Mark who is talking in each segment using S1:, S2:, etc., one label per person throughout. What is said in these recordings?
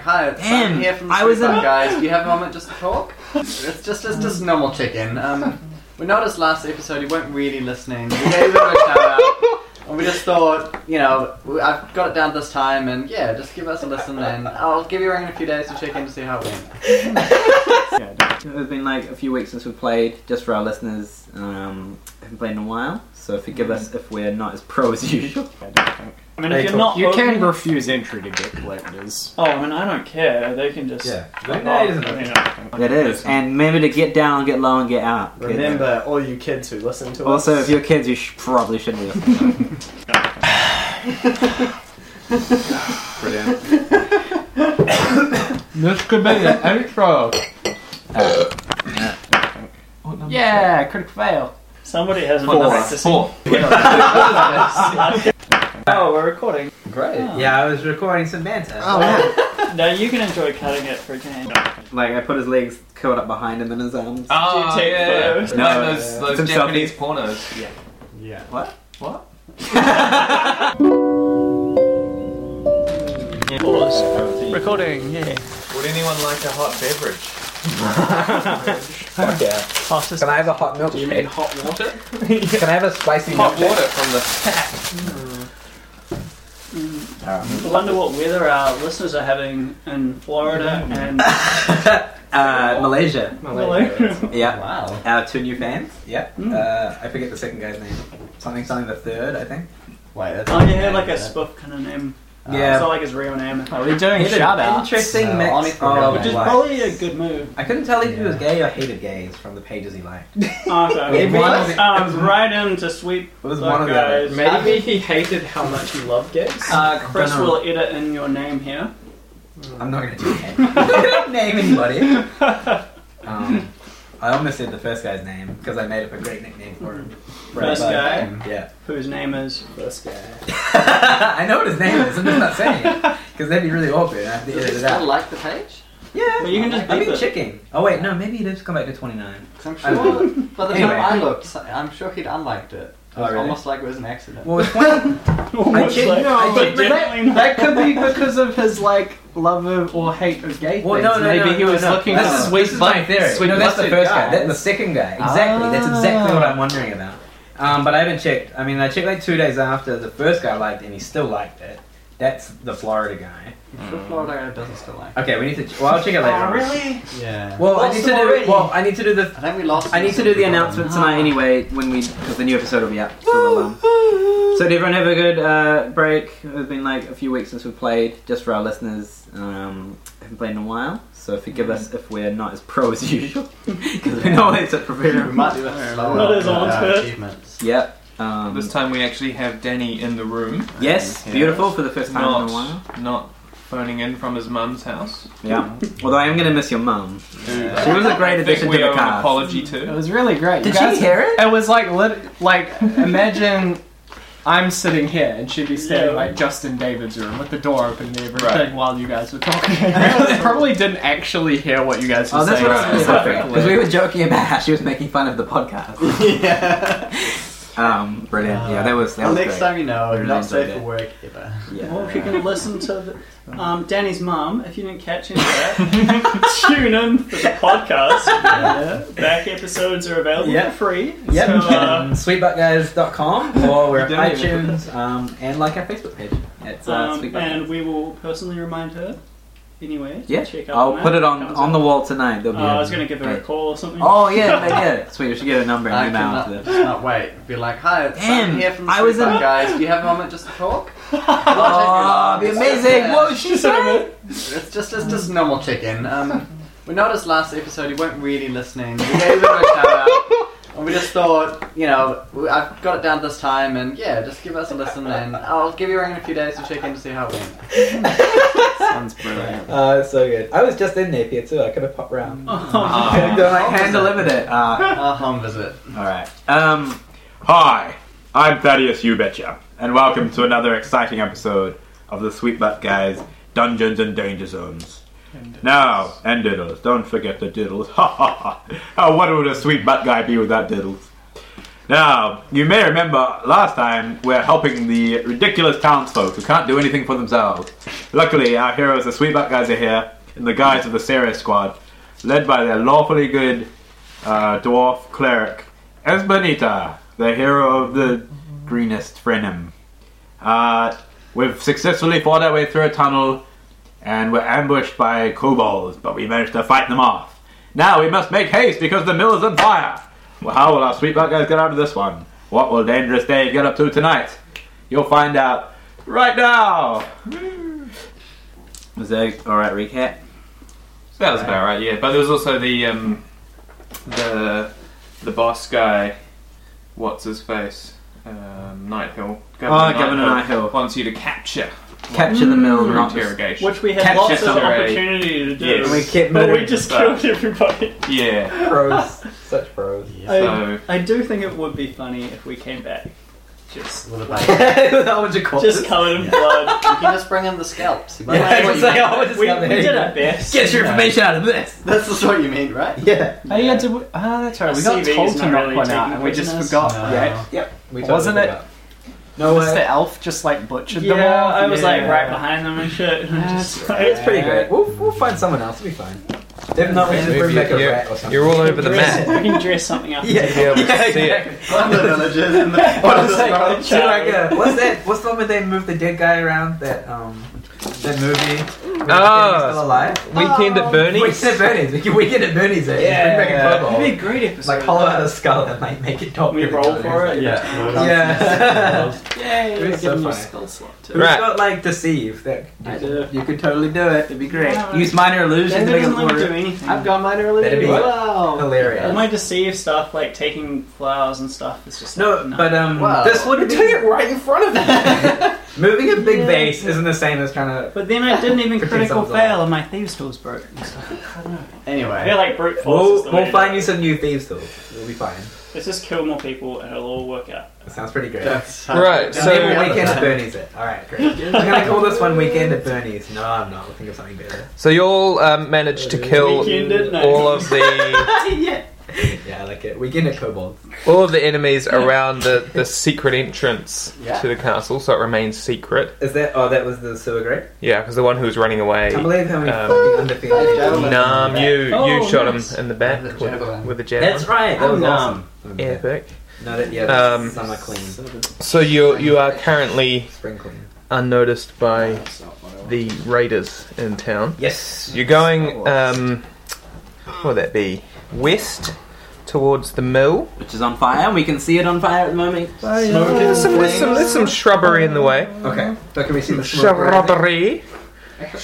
S1: Hi, it's Simon
S2: And
S1: here from the
S2: I was
S1: Street
S2: in-
S1: Fun guys. Do you have a moment just to talk? It's just it's just normal chicken. Um, we noticed last episode you weren't really listening. We gave him a shout out, and we just thought, you know, we- I've got it down this time, and yeah, just give us a listen, and I'll give you a ring in a few days to check in to see how it went.
S2: It's been like a few weeks since we've played, just for our listeners. Um, haven't played in a while, so forgive us if we're not as pro as usual.
S3: I mean,
S4: They
S3: if you're
S4: talk-
S3: not
S5: You
S3: open-
S5: can refuse entry to get collectors.
S3: Oh, I mean, I don't care. They can just.
S4: Yeah.
S3: fuck
S4: No,
S3: off,
S4: it isn't.
S3: you know.
S2: It is. And remember to get down, get low, and get out. kids.
S4: Remember, all you kids who listen to
S2: Also,
S4: us.
S2: if you're kids, you sh- probably shouldn't be listening.
S4: Brilliant.
S5: This could be an intro.
S2: yeah, critic fail.
S3: Somebody hasn't
S2: Four.
S3: been practicing. Oh, we're recording.
S1: Great.
S5: Oh.
S4: yeah, I was recording some banter.
S2: Oh, yeah.
S3: Now you can enjoy cutting it for a game.
S2: like, I put his legs curled up behind him in his arms.
S3: Do you take photos?
S5: No,
S2: No,
S5: Oh, those,
S4: Oh, yeah.
S5: those
S2: Some
S5: Japanese pornos.
S4: Yeah.
S5: What?
S3: Recording, yeah.
S5: Would anyone like a hot beverage?
S4: Fuck yeah.
S3: Fastest.
S4: Can I have a hot milkshake?
S5: You mean hot water?
S4: Can I have a spicy
S5: Hot
S4: milkshake?
S5: water from the.
S2: Mm.
S3: I wonder what weather our listeners are having in Florida and
S2: Uh, Malaysia.
S3: Malaysia.
S2: Yeah.
S1: Wow.
S2: Our two new fans. Mm.
S4: Yeah. Uh, I forget the second guy's name. Something, something the third, I think.
S1: Wait. That's
S3: Oh, yeah, like a spoof kind of name.
S2: Yeah.
S3: It's not like his real name.
S2: Oh, we're Uh, doing Uh,
S4: shout-outs.
S2: Interesting
S4: No,
S2: mix.
S1: honestly,
S2: of,
S1: no.
S3: Which is
S2: like-
S3: probably a good move.
S4: I couldn't tell if he
S1: Yeah.
S4: was gay or hated gays from the pages he liked. It
S3: Oh, okay.
S4: It was-
S3: Um, right in to sweep
S4: was
S3: Look,
S4: one of the
S3: guys.
S4: others.
S6: Maybe he hated how much he loved gays.
S3: Uh, Chris
S2: Dunno.
S3: will edit in your name here.
S4: I'm not gonna do that. Don't name anybody. Um, I almost said the first guy's name because I made up a great nickname for him.
S3: First
S4: But-
S3: guy,
S4: Yeah.
S3: whose name is.
S6: This guy.
S4: I know what his name is. I'm just not saying it because that'd be really awkward. I have to
S1: Does
S4: edit
S1: it
S4: it
S1: still
S4: out.
S1: like the page?
S4: Yeah.
S3: But you can just
S4: I've
S3: beep
S4: been
S3: it.
S4: checking. Oh wait, no, maybe he did just come back to 29.
S1: 'Cause I'm sure. By the
S4: Anyway.
S1: time I looked, I'm sure he'd unliked it. It
S4: Oh,
S1: was
S4: really?
S1: almost like it was an accident.
S4: Well, it was 20. I
S3: Almost
S4: checked.
S3: like-
S4: I
S3: but
S4: checked.
S3: definitely not.
S6: That could be because of his like love of or hate of gay
S4: Well,
S6: things.
S4: no, no,
S6: Maybe
S4: no,
S6: he
S4: no,
S6: was
S4: no.
S6: looking
S4: This
S6: for
S4: is-
S6: sweet
S4: this is my
S6: butt-
S4: theory.
S6: Sweet
S4: no, that's the
S6: busted
S4: first guy.
S6: guys.
S4: That's the second guy. Exactly. That's exactly what
S3: Ah.
S4: I'm wondering about. Um, but I haven't checked. I mean, I checked like two days after the first guy liked it, and he still liked it. That's the Florida guy.
S1: I'm sure Florida doesn't still like.
S4: Okay, we need to. Ch- well, I'll check it later.
S3: Oh,
S4: on.
S3: really?
S1: it. Yeah.
S4: Well, I
S3: Lost
S4: need to
S3: them
S4: do.
S3: already.
S4: Well, I need to do the.
S1: I think we lost. Ah.
S2: I need to do the announcement tonight anyway when we because the new episode will be up. So, we'll, um, so did everyone have a good uh, break? It's been like a few weeks since we've played. Just for our listeners, um, haven't played in a while, so forgive us if we're not as pro as usual because we're not always at
S1: We
S2: preparing.
S1: might do it slower.
S3: Not as
S1: uh,
S3: on it.
S1: achievements.
S2: Yep. Um,
S5: This time we actually have Danny in the room,
S2: yes, beautiful for the first time in a while.
S5: not not phoning in from his mum's house.
S2: Yeah. Although I am gonna miss your mum.
S1: Yeah.
S2: She was a great
S5: I think
S2: addition to
S5: we
S2: the
S5: owe an
S2: cast.
S5: apology
S6: It
S5: to.
S6: was really great.
S2: Did
S6: you guys,
S2: she hear it?
S6: It was like lit- like imagine I'm sitting here and she'd be standing
S3: Yeah.
S6: like just in David's room with the door open and everything
S5: Right.
S6: while you guys were talking. Probably didn't actually hear what you guys were
S2: Oh, that's
S6: saying.
S2: what I was
S5: Right.
S2: really hoping because we were joking about how she was making fun of the podcast.
S1: yeah.
S2: Um, brilliant. yeah, that was that
S1: Well,
S2: was
S1: next
S2: great.
S1: time you know,
S2: Really
S1: not safe
S2: enjoyed
S1: for work ever.
S3: Well,
S2: Yeah.
S3: if you can listen to the, um, Danny's mum, if you didn't catch any of that, tune in for the podcast. Back episodes are available
S4: Yeah.
S3: for free.
S4: Yep.
S3: So, uh,
S4: um, sweetbuttguys.com or we're on
S5: You don't even-
S4: iTunes um, and like our Facebook page. It's uh,
S3: um,
S4: Sweetbutt
S3: and
S4: Guys.
S3: we will personally remind her anyway. to
S2: Yeah,
S3: check out
S2: I'll
S3: when
S2: put
S3: that
S2: it on
S3: comes
S2: on
S3: out.
S2: the wall tonight. There'll be
S3: Uh,
S2: a-
S3: I was going to give her a call or something.
S2: Oh yeah, yeah, yeah. Sweet, we should get a number
S1: I
S2: and email
S1: cannot,
S2: after this.
S1: just not wait. Be like, hi, it's Sam
S2: And
S1: here from
S2: I was
S1: Street
S2: in-
S1: Fun Guys. Do you have a moment just to talk?
S4: Ah,
S2: Oh, it'd be amazing! What was she saying?
S1: It's just it's just normal chicken. Um, we noticed last episode you weren't really listening. We gave him a shout out, and we just thought, you know, we- I've got it down this time, and yeah, just give us a listen, and I'll give you a ring in a few days to check in to see how it went.
S5: Sounds brilliant.
S4: Uh, it's so good. I was just in Napier too. I could have popped round.
S2: Ah.
S3: Oh,
S4: Could've
S3: yeah.
S4: done, like,
S2: Hand
S4: hand delivery.
S2: delivered it. Uh,
S1: A home visit.
S2: all right. Um,
S7: Hi, I'm Thaddeus Ubetcha, and welcome to another exciting episode of the Sweet Butt Guys Dungeons and Danger Zones. Now, and diddles, don't forget the diddles. Ha ha ha! Oh, what would a sweet butt guy be without diddles? Now, you may remember last time we're helping the ridiculous townsfolk who can't do anything for themselves. Luckily, our heroes, the Sweetback guys, are here in the guise of the Serious Squad, led by their lawfully good uh, dwarf cleric, Esbenita, the hero of the greenest Frenim. Uh, we've successfully fought our way through a tunnel and were ambushed by kobolds, but we managed to fight them off. Now we must make haste because the mill is on fire. Well, how will our sweetback guys get out of this one? What will Dangerous Dave get up to tonight? You'll find out right now.
S2: Was that alright recap?
S5: That was about right, yeah. But there was also the um, the the boss guy. What's his face? Um,
S2: Oh,
S5: Nighthill.
S2: Governor Nighthill.
S5: wants you to capture
S2: Capture the mill,
S5: for
S2: not
S5: interrogation.
S3: Which we had
S2: Capture
S3: lots of
S5: somebody.
S3: opportunity to do.
S5: Yes.
S2: We kept
S3: But we
S2: murdering
S3: just
S5: stuff.
S3: killed everybody.
S5: Yeah.
S4: Pros. Such pros.
S5: So
S3: I do think it would be funny if we came back just
S1: What about you?
S4: With a whole bunch of corpses.
S3: just covered in blood.
S1: You can just bring in the scalps. You might
S4: Yeah, I
S1: that's,
S4: was
S1: what
S4: like,
S1: you
S4: oh, we just
S3: We,
S4: got
S3: we
S4: the-
S3: did our best.
S4: Get your information out of this.
S1: mean. that's just what you mean, right?
S4: Yeah.
S6: Oh, yeah, did we, ah, that's right. We
S3: Our
S6: got
S3: CV
S6: told
S3: is
S6: to
S3: not
S6: knock
S3: really
S6: one out,
S3: taking
S6: and we just
S3: prisoners.
S6: forgot,
S1: No.
S6: right?
S4: Yep. We
S6: Wasn't it-
S2: No
S6: Was
S2: way.
S6: the elf just like butchered
S3: Yeah,
S6: them all?
S3: I was like
S6: Yeah.
S3: right behind them and shit. And I'm just like,
S4: It's pretty great. We'll, we'll find someone else. We'll be fine. If not, we just bring back a rat or something.
S5: you're all over the
S3: dress,
S5: map.
S3: we can dress something up.
S4: Yeah.
S5: Yeah, we
S4: Yeah,
S5: see it.
S4: exactly.
S1: One of the villagers in the one of the
S4: Like,
S1: scalps.
S4: do like a, what's that? What's the one where they moved the dead guy around? That um, that movie. where the
S5: Oh.
S4: dead was still alive.
S5: Weekend at Bernie's.
S4: Weekend at Bernie's. We can weekend at Bernie's. Eh?
S2: Yeah.
S4: Bring back a
S3: That'd be
S4: kobold.
S3: a great episode.
S4: Like
S5: uh,
S4: hollow out a skull and like make it talk.
S3: we
S4: to the
S3: roll
S4: colors.
S3: for it.
S1: Yeah.
S4: Yeah.
S3: Yay!
S4: It was so
S3: give them a
S4: funny.
S3: skull slot too.
S4: Who's
S5: Right.
S4: got like deceive? That
S3: I do.
S4: you could totally do it. It'd be great.
S3: Yeah.
S2: Use minor illusion to
S3: David
S2: make it
S3: doesn't like to
S2: look
S3: do anything.
S1: I've got mine
S4: That'd be
S1: earlier.
S4: Wow. hilarious.
S3: All my deceive stuff, like taking flowers and stuff, is just
S4: No,
S3: like,
S4: but um,
S1: Wow.
S4: this would
S1: You're
S4: be
S1: doing
S4: it right in front of them. Moving a big
S3: Yeah.
S4: vase isn't the same as trying to.
S3: But then I didn't even
S4: Freaking
S3: critical
S4: thumbs up.
S3: fail, and my thieves tools broke. And stuff. I don't know. I feel
S1: Anyway,
S3: like brute force. is
S4: We'll,
S3: the way
S4: we'll
S3: to
S4: find
S3: do
S4: you
S3: it.
S4: some new thieves tools. We'll be fine.
S3: Let's just kill more people, and it'll all work out.
S4: That sounds pretty great.
S1: that's
S5: Right,
S4: So
S5: So-
S4: weekend at Bernie's it. All right, great. I'm gonna call this one weekend at Bernie's. No, I'm not. We'll think of something better.
S5: So you all um, managed to kill
S3: Weekend at night.
S5: all of the
S4: yeah. Yeah, I like it. Weekend at Cobalt.
S5: all of the enemies around the, the secret entrance
S1: Yeah.
S5: to the castle, so it remains secret.
S4: Is that? Oh, that was the sewer grate.
S5: Yeah, because the one who was running away,
S4: Can't believe how many
S5: Um,
S4: fucking undefeated.
S1: Javelin.
S5: Nam, you
S3: Oh,
S5: you shot
S3: nice.
S5: him in the back
S1: With
S5: with
S1: a
S5: a,
S1: javelin.
S5: with a javelin.
S4: That's right. That was awesome.
S5: Epic.
S4: No, that, yeah, that's
S5: Um,
S4: summer clean,
S5: So you you are currently
S4: spring clean.
S5: unnoticed by the raiders in town.
S4: Yes.
S5: You're going um, what would that be west towards the mill.
S2: which is on fire. We can see it on fire at the moment.
S5: There's some, there's some there's some shrubbery in the way.
S4: Okay. So can we see the smoke? rising?
S5: Shrubbery.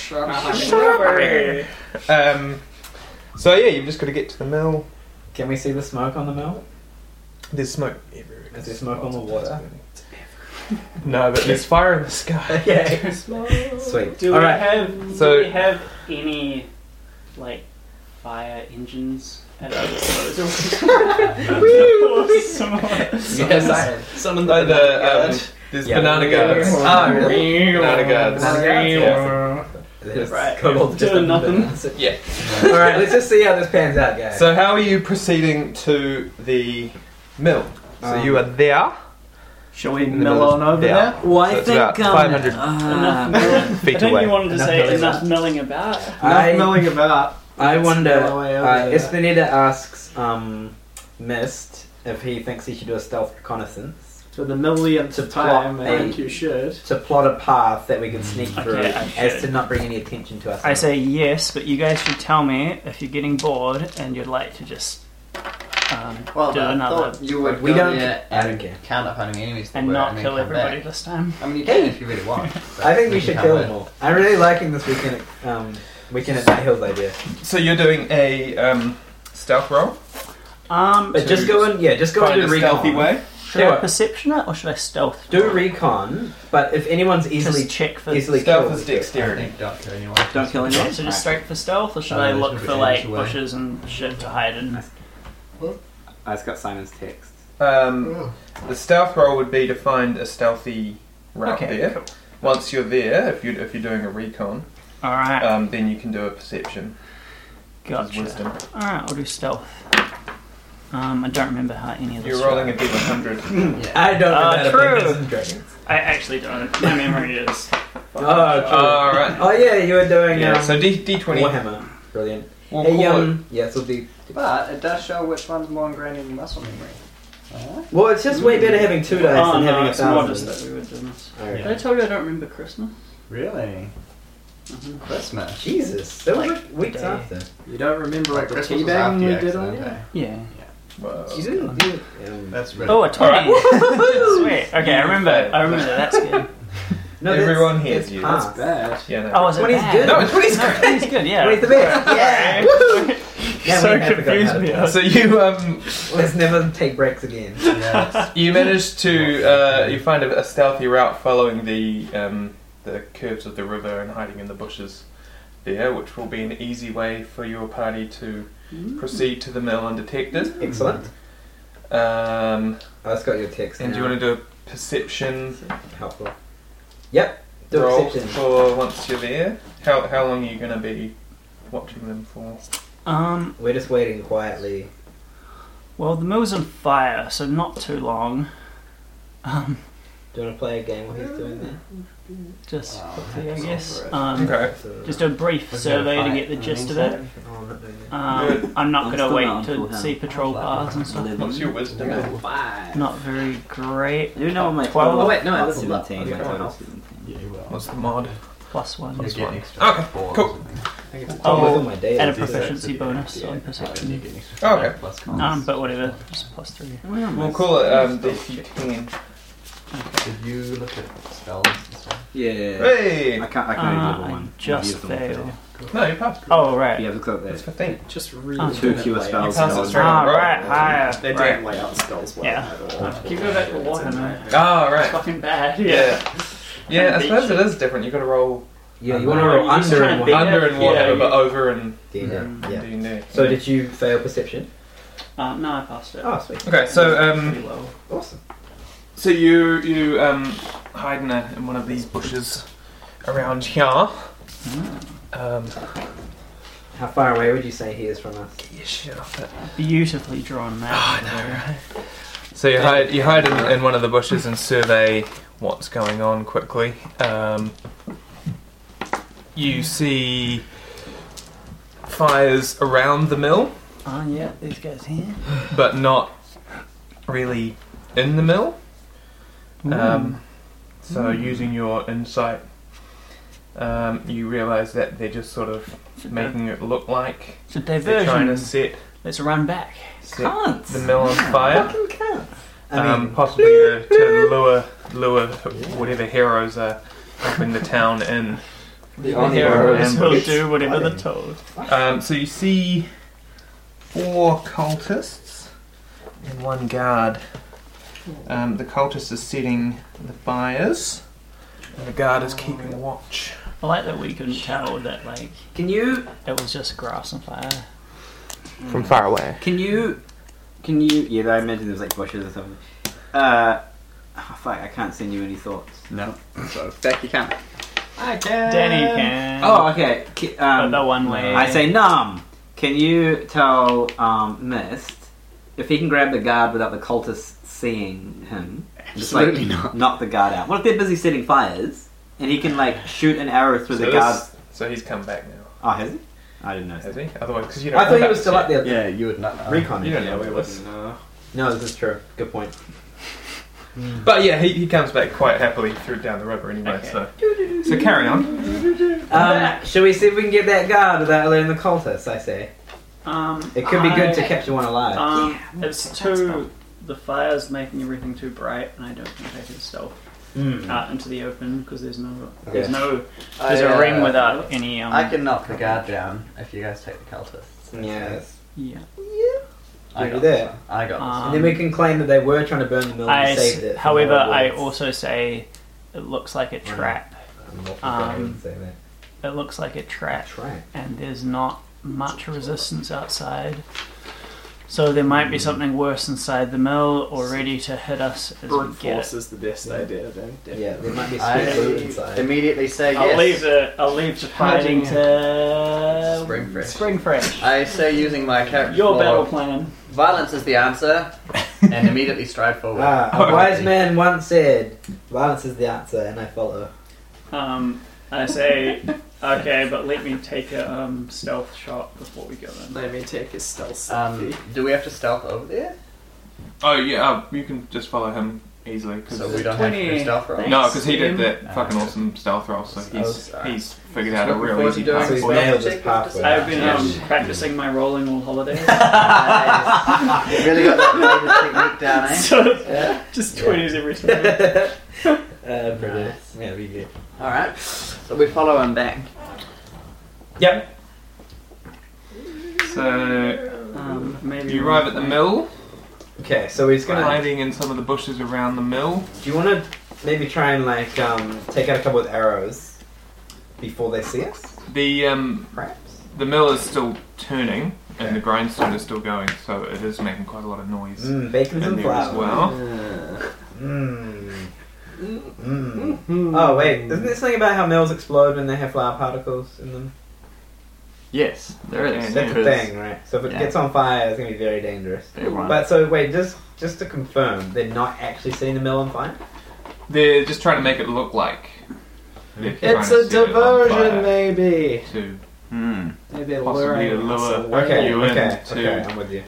S3: Strawberry.
S5: Um, so yeah, you've just got to get to the mill.
S4: Can we see the smoke on the mill?
S5: There's smoke everywhere.
S4: Is there smoke on the water?
S5: No, but there's fire in the sky.
S4: yeah. Sweet.
S3: Do we
S4: All right.
S3: have?
S5: So-
S3: do we have any like fire engines at our disposal?
S4: Yes, I.
S5: Summon the, the um, there's
S4: Yeah.
S5: banana guards.
S2: Ah,
S4: Oh, really?
S5: Banana guards.
S4: That's
S3: Right.
S4: Cool. Just
S3: Doing nothing.
S4: nothing. Yeah. All right. Let's just see how this pans out, guys.
S5: So how are you proceeding to the mill? So
S4: Um,
S5: you are there.
S6: Shall we
S5: the
S6: mill
S5: middle of
S6: on over
S5: there.
S6: there?
S2: Well, I
S5: So it's
S2: think
S5: about
S2: um,
S5: 500
S2: uh,
S3: Enough milling. I
S5: Feet
S3: think
S5: away.
S3: you wanted to
S4: Enough
S3: say
S4: milling
S3: enough
S4: about.
S3: milling about.
S6: I,
S4: I-
S6: milling about.
S4: I wonder.
S6: All the way over
S4: Uh,
S6: there.
S4: Espineta asks um, Mist if he thinks he should do a stealth reconnaissance
S6: For the millionth
S4: To
S6: time,
S4: plot
S6: I think
S4: eight.
S6: you should.
S4: to plot a path that we can sneak through,
S3: Okay, Mm. I
S4: as
S3: should.
S4: to not bring any attention to us.
S3: I say yes, but you guys should tell me if you're getting bored and you'd like to just um,
S1: Well,
S3: do
S1: but I
S3: another
S1: thought you would
S4: We
S1: go
S4: don't-
S1: there
S4: I don't
S1: and
S4: care.
S1: count up how many enemies there
S3: and
S1: were
S3: not
S1: and then
S3: kill
S1: come
S3: everybody
S1: Back.
S3: this time.
S1: I mean, you can if you really want.
S4: I think we
S1: can
S4: should
S1: cover
S4: kill
S1: it.
S4: them all. I'm really liking this weekend. Um, weekend at Night Hills idea.
S5: So you're doing a um, stealth roll.
S3: Um,
S4: But just go and yeah, just go and
S5: Find a
S4: do recon.
S5: stealthy way.
S3: should I perception it or should I stealth?
S4: Do recon, but if anyone's easily
S3: Just check for
S4: easily
S5: Stealth
S4: killed,
S5: is
S1: I
S5: dexterity.
S1: think don't kill anyone.
S2: Don't kill anyone.
S3: So just straight for stealth, or should
S1: Oh,
S3: I
S4: Uh,
S1: there's
S3: look
S1: no
S3: for
S1: potential
S3: like
S1: way.
S3: bushes and shit to hide in?
S2: I just got Simon's text.
S5: Um, the stealth roll would be to find a stealthy route
S3: Okay,
S5: there.
S3: cool.
S5: Once you're there, if you if you're doing a recon,
S3: All
S4: Uh,
S3: right,
S5: um, then you can do a perception. which is
S3: gotcha.
S5: Wisdom.
S3: All right, I'll do stealth. Um, I don't remember how any of this.
S4: You're rolling a D100. I don't know
S3: Uh,
S4: how to
S3: true.
S4: play Dungeons and Dragons.
S3: I actually don't. My memory is.
S4: Oh, true.
S5: All right.
S4: oh yeah, you were doing
S5: Yeah.
S4: um,
S5: So D D twenty. Oh,
S4: Warhammer. Brilliant.
S5: We'll
S4: hey,
S5: call
S4: um, yeah, so D.
S1: But it does show which one's more ingrained in muscle memory.
S4: Well, it's just way better having two dice
S3: oh
S4: than
S3: no,
S4: having a
S3: it's more
S4: thousand.
S3: just that we were doing this.
S4: All right.
S3: Did I tell you I don't remember Christmas?
S1: Really? Christmas.
S4: Jesus, that was
S3: Like,
S4: like weeks
S3: day.
S4: after.
S1: You don't remember what
S4: the
S1: the
S4: tea
S1: tea
S4: bag
S1: bang
S4: we
S1: we
S4: did
S1: did
S4: on
S1: on
S4: you?
S3: Yeah.
S4: You didn't. you- um,
S1: That's really
S3: Oh, a twenty.
S5: Alright.
S3: Sweet. Okay, I remember. I remember. That's good.
S4: no, that's-
S5: Everyone hears
S4: that's
S5: you.
S4: past.
S1: bad.
S5: Yeah. No.
S3: Oh, was it
S4: Twenty's
S3: bad?
S4: good.
S5: No, it's pretty
S3: No, twenty's good. Yeah.
S4: Wait, the best. Yeah. Yeah,
S6: So
S4: we have forgotten how to
S6: confused me.
S4: play.
S3: Oh.
S6: I was
S5: So you um
S4: Let's never take breaks again.
S1: Yes.
S5: you manage to uh, you find a, a stealthy route following the um, the curves of the river and hiding in the bushes there, which will be an easy way for your party to proceed to the mill undetected.
S4: Excellent.
S5: Um,
S4: I just got your text.
S5: and do you want to do a perception
S4: to helpful? Yep. Do
S5: roll
S4: perception.
S5: for once you're there? How how long are you going to be watching them for?
S3: Um.
S4: We're just waiting quietly.
S3: Well, the mill's on fire, so not too long. Um.
S4: Do you want to play a game while he's doing that?
S3: Just.
S1: Oh,
S3: quickly, I
S1: that's
S3: guess.
S1: all for it.
S3: Um.
S5: Okay.
S4: So-
S3: Just a brief
S1: Was there a
S3: survey to
S1: fight?
S3: get the
S1: I
S3: gist of
S1: think
S3: it.
S4: Oh, I'm not doing that.
S3: Um, I'm not
S2: I'm
S3: gonna
S2: still
S3: wait
S2: not on full
S3: to see
S2: health.
S3: patrol paths and stuff.
S5: What's your wisdom?
S1: Yeah.
S3: Not very great.
S2: You know my
S3: Twelve.
S2: total-
S4: Oh, wait, no,
S2: my
S4: that's
S2: total
S4: eleven.
S2: team, my
S5: Okay.
S2: total team.
S1: Yeah, you will.
S5: What's the mod?
S3: Plus one.
S1: You get extra
S5: Okay,
S1: fours.
S5: cool.
S4: Oh,
S3: Oh,
S4: with all my data.
S3: and a
S4: these are-
S3: proficiency bonus
S1: Yeah,
S3: on
S1: yeah,
S3: perception.
S1: you get extra
S5: Oh, okay.
S1: plus cons.
S3: Um, but whatever, just plus three. Uh,
S5: We'll call it um, DC ten.
S1: Did you look at spells and stuff?
S2: Yeah.
S5: Hey.
S2: I can't. I
S3: Uh,
S2: can only do the
S3: I
S2: one.
S3: just
S2: Use the one for
S3: fail.
S2: that.
S5: No, you passed.
S3: Oh right.
S2: Yeah, because
S5: It's
S2: there's
S5: fifteen.
S6: Just really.
S3: Oh.
S2: two fewer spells.
S5: pass
S2: than
S5: it
S2: I
S5: straight.
S2: was.
S3: Ah right, higher.
S6: They
S5: Right.
S6: don't lay out spells well
S3: Yeah.
S6: at all.
S3: Can you go back to Warhammer?
S5: Ah,
S3: It's
S5: right.
S3: fucking bad.
S5: Yeah. Yeah, I suppose it is different. You've got to roll
S4: Yeah, you
S5: Uh,
S4: want to roll
S3: You just
S4: under
S3: kinda
S4: and
S3: beat
S4: one.
S5: under and
S3: Yeah,
S5: whatever, but
S3: you-
S5: over and
S4: Yeah.
S1: Mm.
S4: yeah.
S5: D&D.
S4: So did you fail perception?
S3: Uh, no, I passed it.
S4: Oh, sweet.
S5: Okay, so
S3: Pretty
S5: um,
S3: low.
S4: Awesome.
S5: so you you um hide in, a, in one of these bushes around here.
S4: Hmm.
S5: Um,
S4: How far away would you say he is from us?
S5: yeah, shit off that.
S3: Beautifully drawn
S5: Oh,
S3: map.
S5: So you hide you hide in, in one of the bushes and survey what's going on quickly. Um, you see fires around the mill,
S3: Oh yeah, these guys here.
S5: but not really in the mill.
S4: Hmm.
S5: Um, so using your insight, um, you realise that they're just sort of making it look like
S3: Mm. It's a
S5: they're trying to
S3: diversion.
S5: set,
S3: Let's run back.
S5: set
S2: Can't.
S5: the mill on fire,
S4: Fucking can't. I mean,
S5: um, possibly to, to lure lure whatever heroes are helping the town in.
S4: the
S5: only
S3: Heroes
S5: and
S3: will
S4: it's
S3: do whatever they're
S4: fighting.
S3: told.
S5: Um, so you see four cultists and one guard. Um, the cultist is setting the fires, and the guard is keeping watch.
S3: I like that we couldn't tell that like
S2: Can you?
S3: it was just grass and fire.
S5: From far away.
S2: Can you? Can you? Yeah, I imagine there's like bushes or something. Uh, oh, fuck! I can't send you any thoughts.
S1: No. So back you can.
S6: I can.
S3: Danny can.
S2: Oh, okay. Ki-
S3: But
S2: Um,
S3: the one way.
S2: I say, Nom, can you tell um, Mist if he can grab the guard without the cultists seeing him? Just, like,
S1: Absolutely not.
S2: Knock the guard out. What if they're busy setting fires and he can like shoot an arrow through
S5: So,
S2: the guard?
S5: this- so he's come back now,
S2: Oh, has he? I didn't know.
S5: has he? Otherwise, because you don't
S4: I thought
S5: come
S4: he
S5: back
S4: was
S5: to
S4: still
S5: see-
S4: up there.
S1: Yeah, you would not know.
S4: Recon.
S5: You don't know where
S4: we
S5: it was.
S6: uh,
S4: No, this is true. Good point.
S5: But yeah, he, he comes back quite happily through down the river anyway.
S3: Okay.
S5: So so carry on.
S4: Um, shall we see if we can get that guard without alerting the cultists? I say
S3: Um,
S4: it could be good to
S3: I-
S4: capture one alive.
S3: Um, it's too. The fire's making everything too bright, and I don't think I can stealth
S2: Hmm.
S4: Mm.
S3: out into the open because there's no.
S4: Okay.
S3: There's no. There's a
S1: I, uh,
S3: ring without any. Um,
S1: I can knock the guard down if you guys take the cultists.
S4: Yes.
S3: Yeah.
S1: I
S4: You'll
S1: got
S4: be
S1: this
S4: there.
S1: one. I got this.
S3: Um,
S4: and then we can claim that they were trying to burn the mill and
S3: I
S4: we
S3: s-
S4: saved it. from
S3: however,
S4: our
S3: I
S4: words.
S3: also say it looks like a trap.
S4: I'm not
S3: um,
S4: going to say that.
S3: It looks like a trap,
S4: Try.
S3: and there's not much resistance outside. So there might be something worse inside the mill, or ready to hit us as we
S6: Brute
S3: get
S6: force
S3: it.
S6: is the best idea then.
S4: Yeah, there might be
S1: I
S4: sweet loot inside.
S1: immediately say
S3: I'll
S1: yes.
S3: leave the. I'll leave the
S1: Hiding
S3: fighting to
S4: Um,
S1: Spring fresh.
S3: Spring fresh.
S1: I say using my character
S3: Your
S1: flaw,
S3: battle plan.
S1: Violence is the answer, and immediately stride forward.
S4: Ah, a wise man once said, "Violence is the answer," and I follow.
S3: Um, I say, okay, but let me take a um, stealth shot before we go in.
S6: Let me take a stealth
S1: Um,
S6: selfie.
S1: do we have to stealth over there?
S5: Oh yeah, uh, you can just follow him easily. Cause
S1: So we don't have to do
S3: 20.
S1: stealth roll.
S5: no, because he did
S3: Thanks,
S5: that fucking awesome stealth roll, so he's
S1: sorry.
S5: he's figured out a
S1: Looking
S5: real
S1: forward
S5: easy
S1: to doing
S5: path.
S4: So he's
S1: Well,
S4: nailed this
S1: Jacob
S4: pathway.
S1: decided-
S3: I've been um, practicing my rolling all holiday,
S1: You really got that blade technique down, eh?
S3: so
S4: Yeah.
S3: just twenties every time. Um,
S4: Uh, pretty.
S1: Nice.
S4: Yeah, we good.
S1: All right. So we follow him back.
S4: Yep.
S5: So
S3: Um, maybe
S5: you arrive at the mill,
S4: Okay, so he's gonna.
S5: hiding in some of the bushes around the mill.
S4: Do you want to maybe try and like um, take out a couple of arrows before they see us?
S5: The um,
S4: Perhaps.
S5: the mill is still turning,
S4: Okay.
S5: and the grindstone is still going, so it is making quite a lot of noise.
S3: Mm,
S7: Mm.
S4: Mmm, bacon
S5: in
S4: and
S5: there as
S4: flour.
S5: well.
S4: Mmm. Mmm. Oh wait,
S1: Mm.
S4: isn't there something about how mills explode when they have flour particles in them?
S7: Yes, there is.
S5: Yeah,
S4: That's a
S7: because
S4: thing, right? So if it
S7: Yeah.
S4: gets on fire, it's gonna be very dangerous.
S7: everyone-
S4: But so wait, just just to confirm, they're not actually setting the mill on fire.
S5: They're just trying to make it look like
S7: Mm.
S5: they're trying
S6: It's
S5: to
S6: a
S5: set it on
S6: diversion,
S5: fire
S6: maybe.
S5: To
S7: Hmm.
S6: Maybe a
S5: Possibly
S6: luring
S5: a
S6: us
S5: lure.
S6: away.
S4: Okay,
S5: You in
S4: okay,
S5: too.
S4: okay, I'm with you.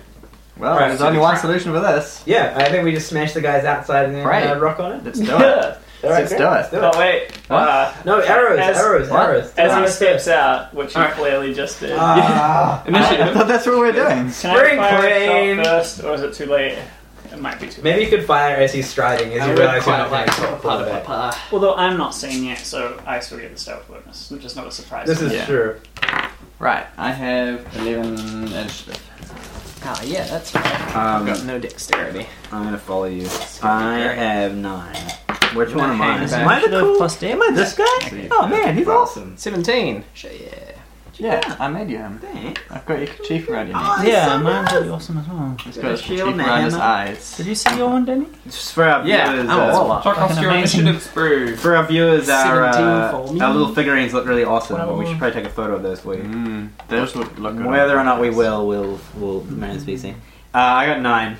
S7: Well,
S4: Right,
S7: there's
S4: so
S7: only
S4: the
S7: one
S4: trap-
S7: solution for this.
S4: Yeah, I think we just smash the guys outside and then
S7: Right.
S4: uh, rock on it.
S7: Let's do
S3: Yeah.
S7: it.
S4: Alright,
S7: Let's
S4: great,
S7: do it.
S4: let's do
S3: But
S4: it.
S3: wait.
S7: What?
S3: Uh,
S4: No arrows,
S3: As-
S4: arrows,
S7: What?
S4: arrows.
S3: as he
S4: Arrows
S3: steps
S4: first.
S3: out, which he
S5: Alright.
S3: clearly just did.
S4: Ah.
S7: I thought that's what we were doing.
S3: Can
S4: Spring
S3: I fire a
S4: clean.
S3: shot first, or is it too late? It might be too late.
S4: Maybe you could fire as he's striding, as
S6: I
S4: you
S6: would
S4: realize you're
S6: quite
S4: not
S6: like
S4: playing
S6: to put a
S4: quarterback.
S6: pa-
S3: Although I'm not seeing yet, so I still get the stealth bonus, which is not a surprise.
S4: This
S3: to
S4: is
S3: me.
S7: Yeah.
S4: true.
S7: Right, I have 11 initiative.
S6: Ah, yeah, that's right.
S2: Um,
S6: Got no dexterity.
S2: I'm gonna follow you. I have nine. Which one am I?
S6: Hang
S2: Am I the
S6: back.
S2: cool?
S6: Plus
S2: Am I this guy? Oh man, he's awesome.
S6: Seventeen. Shit, yeah.
S7: Yeah, I made you him.
S2: Thanks.
S7: I've got your chief around your neck.
S2: Oh,
S6: yeah,
S2: so
S6: mine's
S2: nice.
S6: really awesome as well.
S7: He's got his
S2: shield
S7: chief
S2: and a
S7: around his
S2: hammer.
S7: eyes.
S6: Did you see your one, Danny?
S2: Just for our
S6: Yeah, Oh,
S2: viewers,
S6: I'm
S2: uh,
S4: Oh,
S6: all up.
S5: Chuck off
S6: Fucking
S5: your
S6: amazing.
S5: initiative sprue.
S2: for our viewers, our uh,
S6: 17 for me.
S2: our little figurines look really awesome. But we
S6: Wow.
S2: should probably take a photo of those for you.
S7: Mm, those would look good.
S2: Whether or not we will, will will remains to be seen. Uh, I got nine.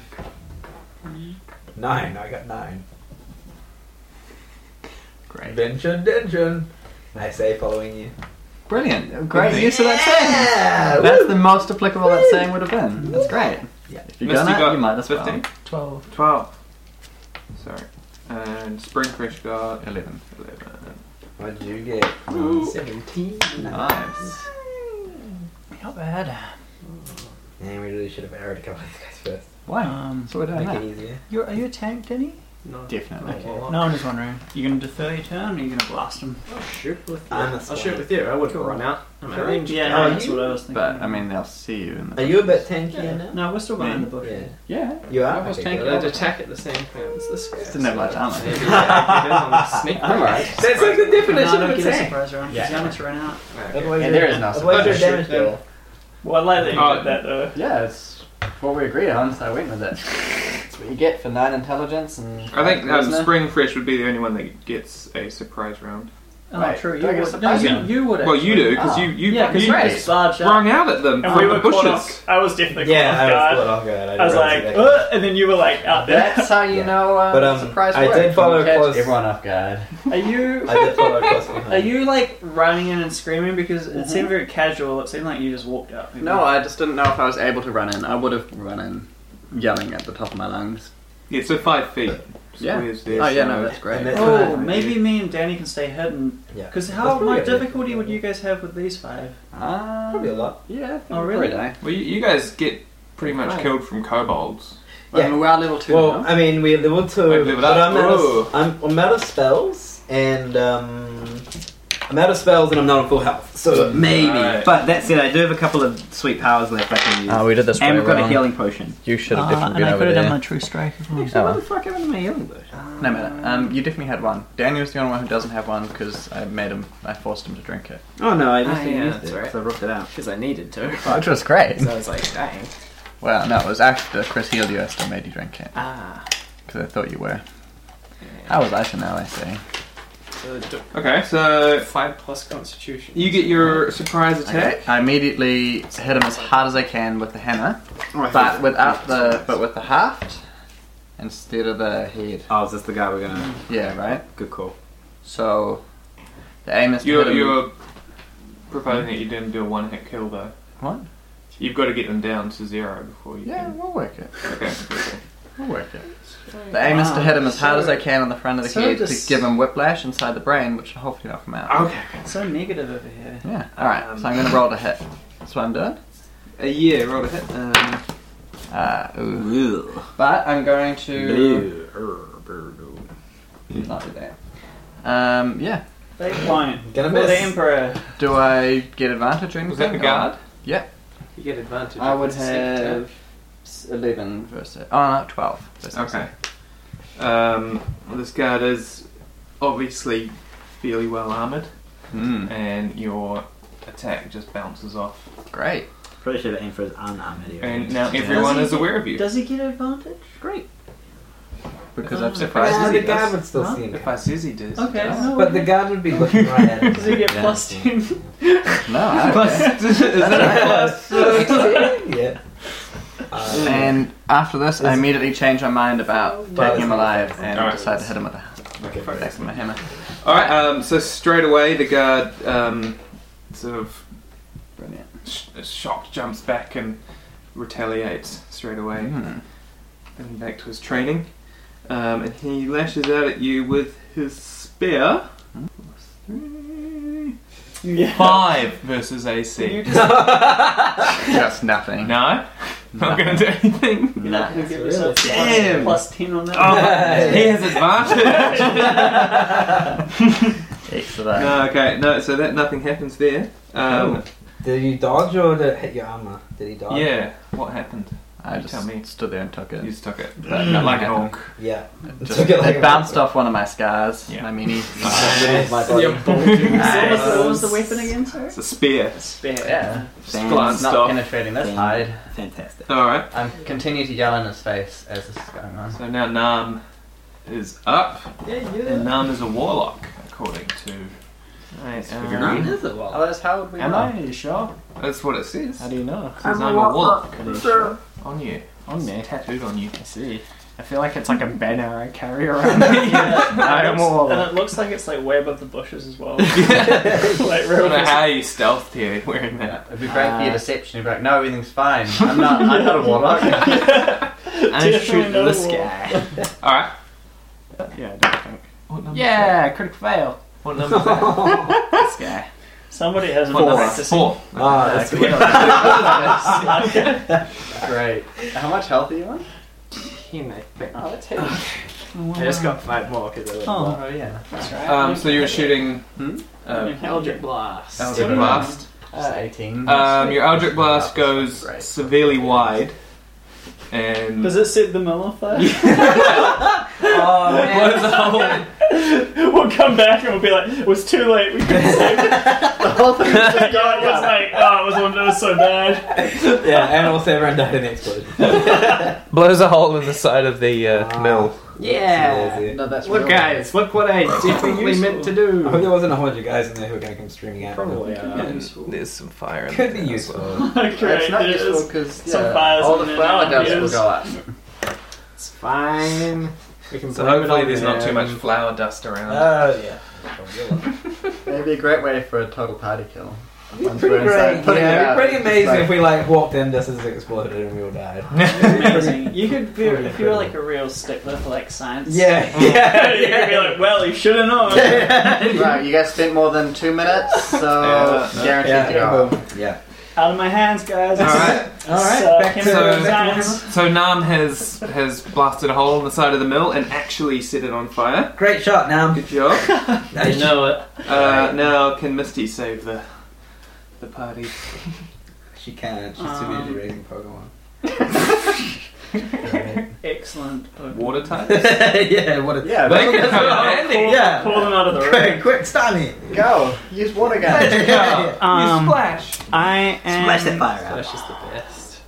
S6: Mm-hmm.
S4: Nine, I got nine.
S7: Great.
S4: Vention, vention. I say following you.
S7: Brilliant. Great
S5: thing.
S7: use of that
S4: Yeah!
S7: saying. That's the most applicable that saying would have been.
S1: Mm,
S7: That's great.
S4: Yeah.
S7: If you're
S5: Misty
S7: gonna,
S5: got
S7: you might as well.
S5: 15?
S6: 12.
S5: 12. Sorry. And Spring Fresh got
S7: 11.
S5: 11.
S4: What did you get?
S6: 17.
S7: Nice.
S6: Not bad.
S4: Man, we really should have arrowed a couple of these guys first.
S7: Why?
S6: Um,
S7: So we're doing
S4: Make it
S7: that.
S4: easier.
S6: you're, are you a tank, Danny?
S7: Definitely.
S6: Okay. No, I'm just wondering. You gonna defer your turn, or you gonna blast him?
S3: I'll shoot with
S4: I'm a
S6: I'll
S4: swine.
S6: shoot with you. I wouldn't
S3: Cool.
S6: run out. Am I right?
S3: Yeah,
S4: Are
S3: no, that's
S4: you-
S3: what I was thinking.
S7: But, I mean, they'll see you in the.
S4: Are you a bit tankier
S6: Yeah.
S4: now?
S6: No, we're still behind the bush.
S4: Yeah.
S7: Yeah.
S4: You are?
S6: I was
S4: Okay,
S6: tanking.
S4: good.
S6: I'd attack at the same time as this guy.
S7: Didn't have much armor.
S6: Maybe I can sneak
S1: I'm alright.
S4: That's like the
S3: no, I
S4: definition
S3: don't
S4: of a
S3: get a
S4: tank.
S6: surprise round.
S4: Yeah.
S6: Yeah. He's gonna run out.
S4: Otherwise
S1: Yeah,
S4: you're-
S1: there is no
S4: Otherwise you're
S1: surprise.
S4: damage dealer.
S3: well, I like that you
S5: Oh.
S3: did that though.
S1: Yeah, it's what we agreed on, so I went with it. That's what you get for nine intelligence and.
S5: I think um,
S1: charisma.
S5: Spring Fresh would be the only one that gets a surprise round.
S6: Oh,
S1: Wait,
S6: true.
S1: do I
S6: You
S1: get a
S6: would. No,
S1: surprise
S6: you,
S1: round?
S6: you would.
S5: Well, you do, because
S1: Oh.
S5: you, you,
S6: Yeah,
S5: you
S6: because right. barged out.
S5: sprung out at them
S3: And
S5: from
S3: we
S5: the
S3: were caught
S5: bushes.
S3: off. I was definitely
S4: Yeah, I
S3: caught off
S4: was
S3: guard.
S4: caught off guard.
S3: I was
S4: didn't
S3: like,
S4: realize that.
S3: "Ugh," and then you were like out there.
S1: That's how you
S4: Yeah.
S1: know uh,
S4: But, um,
S1: surprise
S4: I
S1: works.
S4: did
S1: You
S4: follow
S1: catch
S4: close-
S1: everyone off guard.
S3: Are you?
S4: I did follow close behind.
S3: Are you like running in and screaming because it seemed very casual? It seemed like you just walked up.
S1: No, I just didn't know if I was able to run in. I would have run in, yelling at the top of my lungs.
S5: Yeah, so five feet.
S1: Yeah.
S5: Squares there,
S1: Oh yeah,
S5: so-
S1: no, that's great.
S4: And that's what
S3: Oh,
S4: happened.
S3: maybe me and Danny can stay hidden.
S4: Yeah.
S3: Because
S4: That's
S3: how
S4: probably
S3: much
S4: a-
S3: difficulty would you guys have with these five?
S1: Um,
S4: Probably a lot.
S1: Yeah. I think
S3: Oh, really?
S1: probably die.
S5: Well, you, you guys get pretty much
S1: Right.
S5: killed from kobolds.
S1: Well,
S4: Yeah.
S1: I mean, we are level two
S4: Well,
S1: now.
S4: I mean, we're level two,
S5: Wait, level
S4: but
S5: up.
S4: I'm out,
S5: Ooh.
S4: of, I'm, I'm out of spells, and um, I'm out of spells, and I'm not on full health. So
S2: Maybe,
S5: Alright.
S2: but that said, I do have a couple of sweet powers left I can use.
S1: Oh,
S8: Oh,
S1: we did this
S2: and we've got a healing potion.
S1: You should
S4: Ah,
S6: Uh, true strike as well.
S1: Oh,
S2: What
S1: well.
S2: the fuck happened to my healing potion?
S1: No matter. Um, you definitely had one. Daniel's the only one who doesn't have one because I made him. I forced him to drink it,
S2: Oh no, I just
S6: Ah,
S2: didn't
S6: yeah,
S2: use
S6: that's
S2: it,
S6: alright.
S2: so I ripped it out.
S6: Because I needed to.
S1: which was great.
S6: So I was like, dang.
S1: Well, no, it was after Chris healed you. I still made you drink it
S6: Ah.
S1: because I thought you were. How was I to know? I see.
S6: So d-
S5: Okay, so
S6: five plus Constitution.
S5: you get your surprise attack.
S1: I immediately hit him as hard as I can with the hammer,
S6: Oh,
S1: but without the but with the haft instead of the head.
S2: Oh, is this the guy we're gonna?
S1: Yeah, right.
S2: Good call.
S1: So the aim is to hit
S5: You're,
S1: him-
S5: you're proposing that you didn't do a one hit kill though.
S1: What?
S5: You've got to get them down to zero before you.
S1: Yeah,
S5: Can.
S1: we'll work it.
S5: Okay.
S1: We'll work it. The aim is to hit him as hard as I can on the front of the
S3: So
S1: head
S3: dis-
S1: to give him whiplash inside the brain, which will hopefully knock him out.
S5: Okay.
S3: So negative over here.
S1: Yeah. All right. so I'm gonna roll to hit. That's what I'm doing.
S5: Um, A year, roll a hit.
S1: Um, uh, ooh. But I'm going to not do that. Um, yeah.
S3: They won't.
S4: Gonna
S3: Well, the
S4: miss.
S3: Emperor.
S1: Do I get advantage or anything? Oh,
S5: Was that the guard?
S6: You get advantage.
S1: I
S6: if
S1: would
S6: it's a sneak attack.
S1: have s- eleven versus. Oh no, twelve. versus-
S5: Okay. Um, well, this guard is obviously fairly well armored,
S1: Hmm.
S5: and your attack just bounces off.
S1: Great.
S2: Pretty sure the Emperor's unarmed here.
S5: And now everyone is aware of you.
S3: Does he get advantage? Great.
S1: Because I've surprised
S4: Yeah,
S1: you.
S4: the
S1: with
S4: guard
S1: this.
S4: would still see him.
S5: If I says he does.
S3: Okay. no,
S4: But the guard would be looking right at him.
S3: Does he get
S4: Yeah.
S3: plus ten?
S1: No. I don't care.
S5: is that
S4: yeah. Uh,
S1: And after this, I immediately change my mind
S6: Oh,
S1: about taking him alive and
S5: Alright.
S1: decide to hit him with a axe with my hammer.
S5: All right. Um, so straight away, the guard um, sort of
S1: Brilliant.
S5: sh- shocked jumps back and retaliates straight away.
S1: Hmm.
S5: And back to his training, um, and he lashes out at you with his spear. Three. Five versus AC.
S1: Just nothing.
S5: No, not gonna do anything.
S1: Nah.
S3: Give yourself plus-
S5: Damn.
S3: plus ten on that.
S5: Oh,
S3: one.
S5: he has advantage.
S1: Excellent.
S5: no, okay, no. So that nothing happens there. Um,
S4: Did you dodge or did it hit your armor? Did he dodge?
S5: yeah, what happened?
S1: I
S5: You
S1: just
S5: tell me.
S1: stood there and took
S5: You
S1: it.
S5: just took it
S1: But nothing
S5: like an
S1: happened.
S5: orc.
S4: Yeah.
S1: It just-
S4: Took it like
S1: it
S4: a
S1: bounced
S4: rock.
S1: off one of my scars.
S5: Yeah.
S1: I mean, he.
S4: My body.
S3: What was, the,
S1: Nice.
S3: what was the weapon again? Sorry.
S5: It's a spear.
S1: Yeah.
S5: glanced
S1: not
S5: off.
S1: penetrating this
S2: Bang.
S1: hide.
S2: Fantastic.
S5: All right.
S1: I continue to yell in his face as this is going on.
S5: So now Nam is up,
S3: Yeah,
S5: and Nam is a warlock, according to.
S2: Nam
S5: Um,
S2: is a warlock.
S1: Otherwise, Oh, how would we
S3: Am
S1: know?
S3: I? Are you sure?
S5: that's what it says.
S6: How do you know?
S5: Says I'm a warlock
S6: Are you Uh, sure?
S5: on you,
S6: On me.
S5: tattooed on you.
S6: I see. I feel like it's like a banner I carry around. I am a
S3: And
S1: Uh,
S6: warlock.
S3: it looks like it's like way above the bushes as well. like
S5: I
S3: real
S5: don't know how you stealthed here wearing that.
S1: It'd be great for
S5: Uh,
S1: your deception. You'd be like, no, everything's fine. I'm not. I'm not a warlock.
S6: I
S3: Definitely
S6: shoot
S3: not a
S6: this
S3: warlock.
S6: guy.
S5: All right.
S6: Yeah, I don't think.
S5: What number?
S6: Yeah, critical fail.
S5: What number? Is that?
S6: This guy.
S3: Somebody hasn't
S5: What
S3: been
S5: number?
S3: practicing.
S5: Four.
S4: Ah, that's good.
S1: Great. How much health are you on?
S6: Ten, I think.
S1: Oh, that's heavy.
S6: I just got five more because I was
S3: Oh.
S1: Oh yeah.
S3: That's right.
S5: Um, so you were shooting
S1: Hmm?
S5: uh,
S3: Eldritch Blast.
S5: Eldritch Blast.
S1: Plus eighteen.
S5: Um, your Eldritch Blast goes
S1: Right.
S5: severely wide, and
S3: Does it set the mill off though?
S4: Oh, man.
S5: blows a hole.
S3: we'll come back and we'll be like, it was too late. We couldn't save it.
S1: The whole thing is
S3: The guy was like, oh, it was, one- it was so bad.
S4: yeah, and also everyone died in explosion.
S5: Blows a hole in the side of the
S4: uh, mill.
S6: Yeah.
S4: Lazy.
S1: No, that's
S6: Look,
S1: real.
S6: guys, look what I definitely meant to
S4: I hope
S6: do.
S4: there wasn't a whole bunch of guys in there who were going to come streaming out.
S6: Probably. Uh,
S5: There's some fire. In
S4: Could be
S5: there as well.
S4: useful.
S3: okay,
S1: It's not
S3: it is.
S1: useful because
S3: Some
S1: yeah,
S3: fires
S1: all
S3: and
S1: the
S3: then
S1: flower
S3: ideas.
S1: dust will go up.
S6: It's fine. We can
S5: So
S6: blame it
S5: hopefully
S6: on
S5: there's not
S4: Um,
S5: too
S6: them.
S5: much flour dust around.
S4: Oh, yeah.
S1: It'd be a great way for a total party kill. Once
S4: Pretty
S1: we're inside,
S4: great.
S1: putting it
S4: Yeah, it'd
S1: out,
S4: be pretty
S1: it's
S4: amazing
S1: like-
S4: if we like walked in just as it exploded and we all died.
S3: Amazing. You could be,
S4: Pretty
S3: if you were like
S4: incredible.
S3: a real stickler for like science.
S4: yeah, yeah,
S3: you could be like, well, you should have known.
S1: Right, you guys spent more than two minutes, so
S5: Yeah.
S1: guaranteed
S4: yeah.
S1: to go.
S4: boom. Yeah.
S3: Out of my hands, guys.
S5: All right.
S4: All right.
S3: So,
S4: back to
S5: so-
S4: back to
S3: science.
S5: So Nam has has blasted a hole in the side of the mill and actually set it on fire.
S4: Great shot, now.
S5: Good job.
S4: Nice.
S3: know it.
S5: Uh, now can Misty save the the party?
S4: She can't. She's too
S3: Um,
S4: busy raising Pokemon.
S3: Excellent.
S5: Water type.
S4: yeah. What a
S1: Yeah,
S5: They can
S1: that's-
S5: come in
S3: Oh, Pull,
S5: handy.
S4: Yeah.
S3: pull them out of the room.
S4: quick, quick, Stanley.
S1: go. Use water gun.
S5: Yeah.
S3: Um,
S5: you splash.
S3: I am.
S2: Splash that fire out.
S6: That's just the best.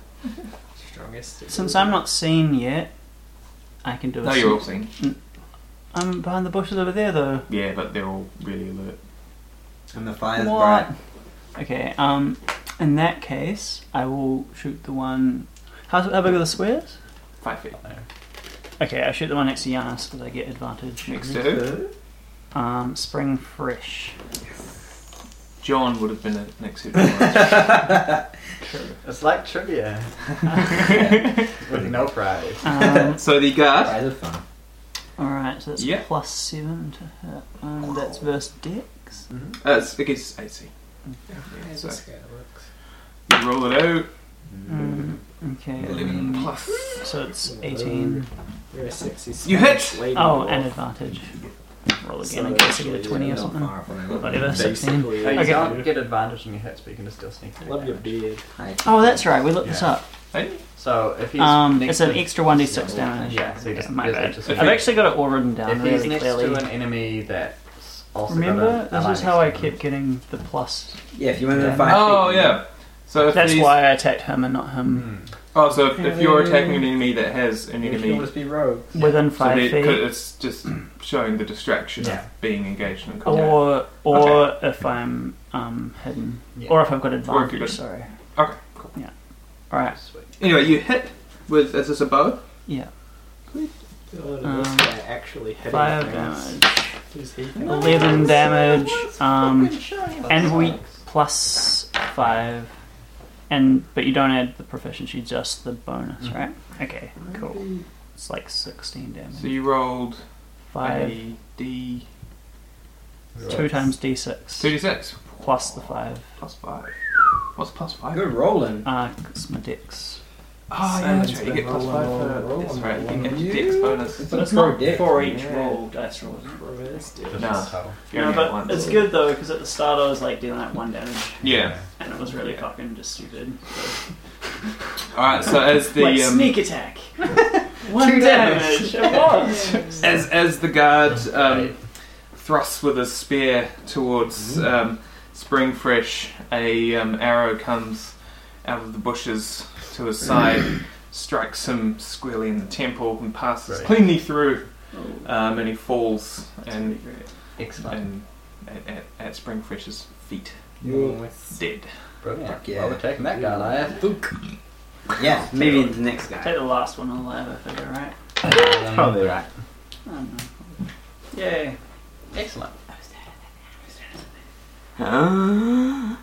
S6: Strongest.
S3: Since I'm not seen yet, I can do a
S5: No, you're all seen.
S3: sneak- I'm behind the bushes over there, though.
S5: Yeah, but they're all really alert.
S4: And the fire's
S3: What?
S4: bright.
S3: Okay. Um, in that case, I will shoot the one. How, how big are the squares?
S5: Five feet.
S3: Okay, I shoot the one next to Giannis because I get advantage.
S5: Next to who?
S3: Um, spring fresh.
S5: John would have been at next to John.
S1: It's like trivia. With no prize.
S3: Um,
S5: So the guard.
S4: Fires are fun.
S3: all right, so that's
S5: Yeah.
S3: plus seven to hit. Um, that's versus Dex.
S5: Uh, it's against AC. Yeah, so you roll it out. Mm.
S3: Mm, okay, Um,
S5: Plus.
S3: so it's eighteen.
S6: You're a sexy.
S5: You hit!
S6: Spanish lady
S3: Oh,
S6: dwarf.
S3: and advantage. Roll again
S6: So
S3: in case I get a
S6: actually,
S3: twenty or
S6: yeah,
S4: Not
S3: something.
S4: far off when I look.
S3: Whatever, sixteen.
S6: Basically,
S1: No, you
S3: Okay.
S1: don't get advantage on your hits, but you can just still sneak attack.
S6: Love your beard.
S3: Oh, that's right. We looked this
S1: Yeah.
S3: up.
S1: So if he's
S3: Um,
S1: next
S3: it's an
S1: to-
S3: extra one d six damage.
S1: Yeah, so you just
S3: Yeah, my
S1: just-
S3: bad.
S1: just-
S3: I've actually got it all written down
S1: If he's
S3: really
S1: next
S3: clearly.
S1: to an enemy that's also
S3: Remember,
S1: got a, a
S3: this
S1: line
S3: is how I
S1: next to
S3: kept getting the plus.
S4: Yeah, if you went in
S3: Yeah.
S4: the fight.
S5: Oh, yeah. So if
S3: That's
S5: he's-
S3: why I attacked him and not him.
S1: them.
S5: Oh, so if, if you're attacking an enemy that has an enemy, so
S4: just be rogue.
S1: Mm.
S3: Within five
S5: they, 'cause
S3: feet,
S5: it's just showing the distraction
S1: Yeah.
S5: of being engaged in combat.
S3: or or if I'm um, hidden,
S1: Yeah.
S3: or if I've got
S5: Or if you're
S3: advantage.
S5: good.
S3: Sorry.
S5: Okay, cool.
S3: All right.
S5: Anyway, you hit with is this a bow?
S3: Yeah.
S6: God,
S3: Um,
S6: this guy actually hitting
S3: Five
S6: things.
S3: damage.
S6: Who's he?
S3: Eleven damage. Um, and we plus five. And but you don't add the proficiency, just the bonus, right? Okay. Cool. It's like sixteen damage.
S5: So you rolled
S3: Five.
S5: a d
S3: Two times d six
S5: two d six
S3: plus the five.
S5: plus five. What's plus five?
S4: Good rolling.
S3: Ah, it's my dex.
S5: Oh, yeah, that's right. You get plus five for that's right. You get your dex bonus.
S4: a pro dick.
S3: for each
S6: Yeah.
S3: roll, dice roll.
S6: Reverse
S1: This
S6: damage.
S1: is
S5: Nah.
S1: total.
S5: You
S3: no,
S5: only
S3: but
S5: get one.
S3: it's good though because at the start I was like dealing like one damage,
S5: Yeah.
S3: and it was really fucking just stupid.
S5: All right. So as the
S3: like
S5: um,
S3: sneak attack, one damage. it was.
S5: as as the guard um, thrusts with his spear towards um, Springfresh, a um, arrow comes out of the bushes to his side, strikes him squarely in the temple, and passes
S1: Right.
S5: cleanly through.
S3: Oh,
S5: Um, and he falls
S3: that's
S5: and
S3: pretty great.
S1: Excellent.
S5: and at, at, at Springfresh's feet,
S4: You-
S5: dead.
S1: Brilliant.
S4: Fuck yeah.
S1: Well, we're taking that guy, I
S4: Yeah, maybe the next guy.
S3: take the last one alive. I figure, right?
S1: Um,
S7: Probably right.
S3: I don't know. Yay!
S1: Excellent.
S2: Ah.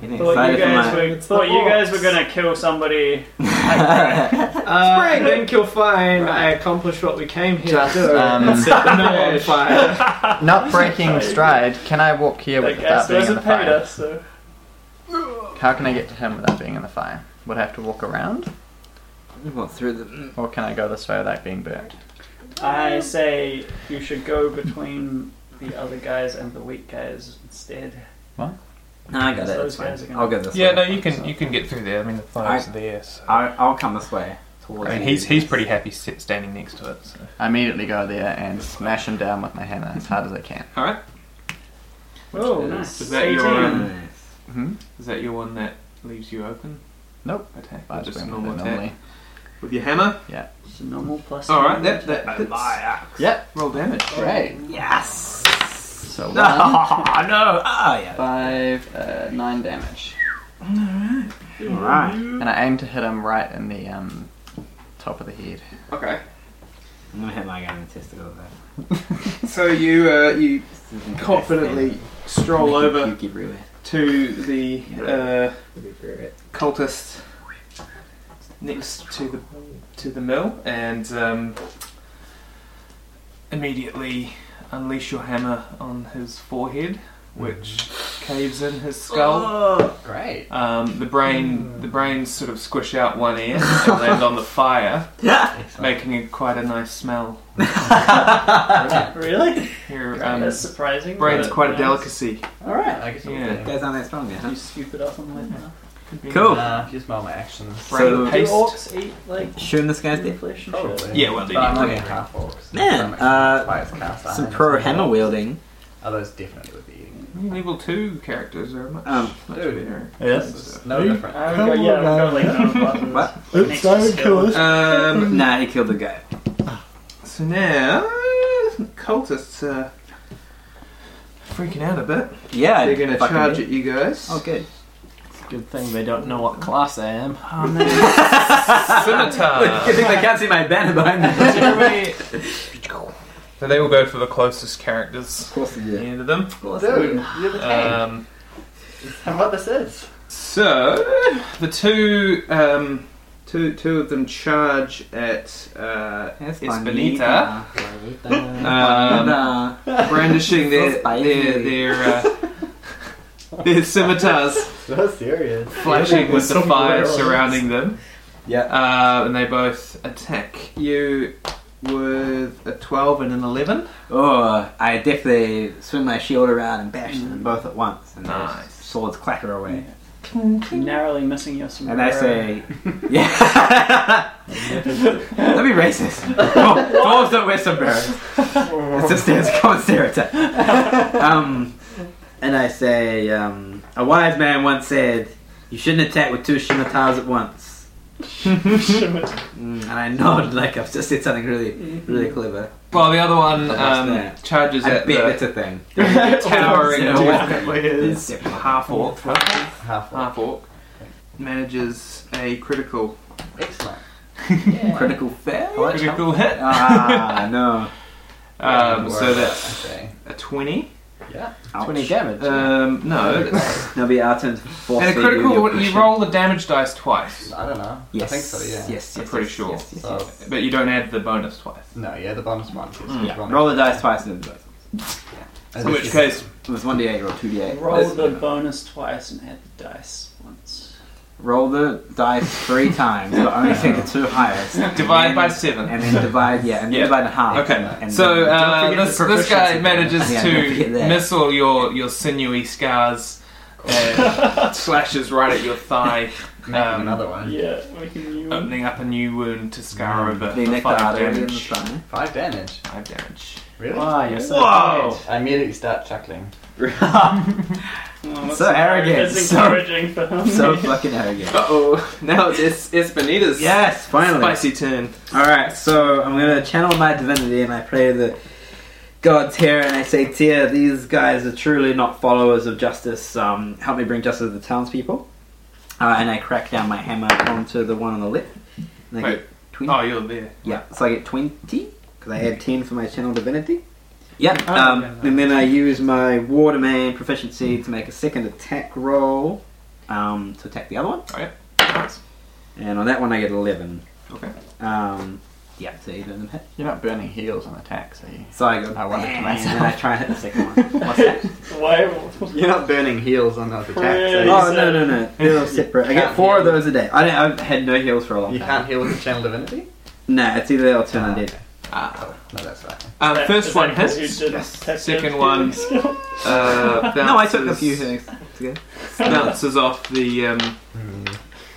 S2: Getting
S3: Thought you
S2: excited for
S3: guys
S2: my.
S3: were thought you guys were gonna kill somebody.
S6: Uh, I think you'll find I accomplished what we came here
S1: Just,
S6: to do.
S1: um,
S6: set the night on fire.
S1: Not breaking stride, can I walk here
S3: That guy still hasn't paid us, so
S1: How can I get to him without being in the fire? Would I have to walk around?
S2: What through the?
S1: Or can I go this way without being burnt?
S3: I say you should go between the other guys and the weak guys instead.
S2: No, I got it.
S3: Those
S2: It's fine.
S3: guys are gonna-
S2: I'll go this
S5: Yeah,
S2: way.
S5: no, you can you can get through there. I mean, the fire's there. So.
S2: I, I'll come this way. Towards
S5: And
S2: you.
S5: he's he's pretty happy sit, standing next to it. So.
S1: I immediately go there and smash him down with my hammer as hard as I can.
S5: All right.
S3: Oh,
S2: is-
S3: nice.
S5: is that your, um,
S2: Nice.
S1: Mm-hmm.
S5: Is that your one that leaves you open?
S1: Nope.
S5: Attack.
S1: I
S5: just
S1: just
S5: normal attack.
S1: normally.
S5: With your hammer.
S3: It's a normal plus.
S5: All right.
S3: nine.
S5: That that hits.
S1: Yep.
S5: Roll damage.
S1: Great.
S2: Yes.
S1: So one,
S2: No. no. Ah, yeah.
S1: five, uh, nine damage,
S2: All right.
S1: and I aim to hit him right in the um, top of the head.
S5: Okay.
S2: I'm gonna hit my guy in the testicle. Though.
S5: So you uh, you
S2: This isn't the best
S5: confidently
S2: thing.
S5: stroll
S2: Making
S5: over
S2: puke everywhere.
S5: to the uh, cultist next to the to the mill and um, immediately unleash your hammer on his forehead, which caves in his skull.
S1: Great.
S5: Um, the brain, the brains sort of squish out one ear and land on the fire, making it quite a nice smell.
S1: Brilliant.
S3: Really?
S5: Here, um,
S3: That's surprising.
S5: brain's
S3: but
S5: quite a
S3: nice.
S5: delicacy.
S1: All right. I guess I'll
S5: Yeah.
S1: do it.
S2: Guys aren't that strong yet, huh?
S3: You scoop it up on the way now.
S2: Cool.
S1: Uh, just my actions.
S5: Brain
S2: So-
S3: Do
S5: paste.
S3: orcs eat like
S2: Shooting this guy's dick.
S3: flesh and shit?
S1: Probably.
S5: Yeah, well, they
S1: But I'm
S5: do.
S1: only half orcs.
S2: Man, uh, Some pro hammer wielding.
S1: Others definitely would be eating.
S5: Level two characters are much,
S2: Um,
S5: much
S1: Dude.
S5: better.
S1: It's no different.
S3: I would go, yeah, I would go like non
S2: What?
S3: It's so cool.
S5: Um,
S2: Nah, he killed the guy.
S5: so now
S9: cultists are freaking out a bit.
S4: Yeah,
S5: They're gonna
S4: fucking
S5: charge
S4: do.
S5: at you guys.
S4: Oh, good.
S5: Good thing they don't know what class I am.
S3: Oh, man.
S4: Good thing they can't see my banner behind me.
S9: So they will go for the closest characters
S4: of course they do.
S9: near to them.
S1: Dude, you're the king.
S5: Uh,
S9: Um,
S1: and what this is?
S5: So the two um two two of them charge at uh
S4: Yes,
S5: It's
S4: bonita.
S5: um,
S4: Bonita.
S5: brandishing their
S4: So spicy.
S5: their their uh, their scimitars
S1: So serious.
S5: flashing with the
S1: Somewhere
S5: fire
S1: else.
S5: surrounding them.
S10: Yeah.
S5: Uh, and they both attack you with a twelve and an eleven.
S4: Oh, I definitely swing my shield around and bash them both at once, and those
S9: Nice.
S4: swords clatter away.
S3: narrowly missing your
S4: And
S3: sombrero.
S4: I say, yeah. Don't be racist. Dwarves dwarves don't wear sombreros. It's just it's a common stereotype. Um, and I say, um, a wise man once said, you shouldn't attack with two scimitars at once. Mm, and I nod like I've just said something really, really clever.
S5: Well, the other one
S4: That's
S5: um,
S4: there.
S5: charges
S4: I
S5: at
S4: bet that's
S5: the
S4: a thing.
S5: towering
S4: Yeah.
S5: dwarf
S4: It's definitely-
S5: half orc.
S1: Half
S5: Half orc manages a critical
S1: Excellent.
S4: Critical fail.
S5: critical hit.
S4: Ah, no.
S5: Um, so that's
S1: Okay.
S5: a twenty.
S1: Yeah.
S4: Ouch.
S1: damage.
S5: Um, no, that's-
S4: That'll be our turn to force
S5: and a
S4: feed you
S5: critical.
S4: your
S5: You
S4: potion.
S5: roll the damage dice twice,
S1: I don't know.
S4: Yes.
S1: I think so, yeah.
S4: Yes,
S5: I'm
S4: yes,
S5: pretty
S4: yes,
S5: sure.
S4: yes, yes,
S1: So,
S4: yes.
S5: but you don't add the bonus twice.
S1: no, yeah, the bonus one.
S4: Yeah. Roll the dice twice and then
S1: In
S5: which case-
S4: it was 1d8 or 2d8.
S3: Roll
S4: That's-
S3: the bonus twice and add the dice once.
S4: roll the dice three times, but only take the two highest.
S5: Divide by seven.
S4: And then divide, yeah, and then
S5: Yeah.
S4: divide in half.
S5: Okay,
S4: And
S5: so
S4: then-
S5: uh,
S4: Don't forget
S5: this,
S4: the
S5: this guy
S4: proficiency
S5: manages
S4: bonus. Yeah, don't
S5: to
S4: forget that.
S5: miss all your, your sinewy scars and slashes right at your thigh, um,
S1: another one.
S3: Yeah, we can use.
S4: Oh,
S5: opening up a new wound to scar over
S4: The
S5: for
S4: neck
S5: five
S4: artery in the
S5: damage.
S4: spine.
S1: Five damage.
S5: Five damage.
S1: Really?
S5: you're so
S4: Oh,
S1: Whoa! I immediately start chuckling.
S3: Oh, that's
S4: So arrogant,
S3: That's
S4: so-
S3: encouraging for him.
S4: So fucking arrogant.
S5: Uh oh, now it's es- Espinita's
S4: Yes, finally.
S5: spicy turn.
S4: Alright, so I'm gonna channel my divinity and I pray to the gods here and I say, Tia, these guys are truly not followers of justice. Um, help me bring justice to the townspeople. Uh, and I crack down my hammer onto the one on the left. And I
S5: Wait.
S4: get 20.
S5: Oh, you're there.
S4: Yeah, so I get 20 because I add 10 for my channel divinity. Yep, um, and then I use my war domain proficiency to make a second attack roll um, to attack the other one.
S5: Oh, yeah.
S4: And on that one, I get 11.
S5: Okay.
S4: Um, yeah, so either of them hit.
S1: You're not burning heals on attacks, are you?
S4: So I go,
S1: I wanted to
S4: bang,
S1: myself.
S4: and then I try and hit the second one. What's that?
S3: Why?
S1: You're not burning heals on those attacks,
S3: Praise.
S1: are you?
S4: oh, no, no, no. They're all separate. I get four of those a day. I don't, I've had no heals for a long
S1: You
S4: time.
S1: can't heal with the channel divinity?
S4: Nah, it's either that or turn
S1: Ah,
S4: undead.
S1: okay.
S5: Ah.
S1: No, that's right.
S5: Um,
S3: That-
S5: first
S3: is
S5: one
S3: that 'cause you
S5: hits.
S3: did
S4: Yes.
S3: test
S5: Second
S3: your
S5: one-
S3: skill?
S5: Uh,
S4: No, I took a
S5: bounces-
S4: few things together.
S5: Bounces off the um,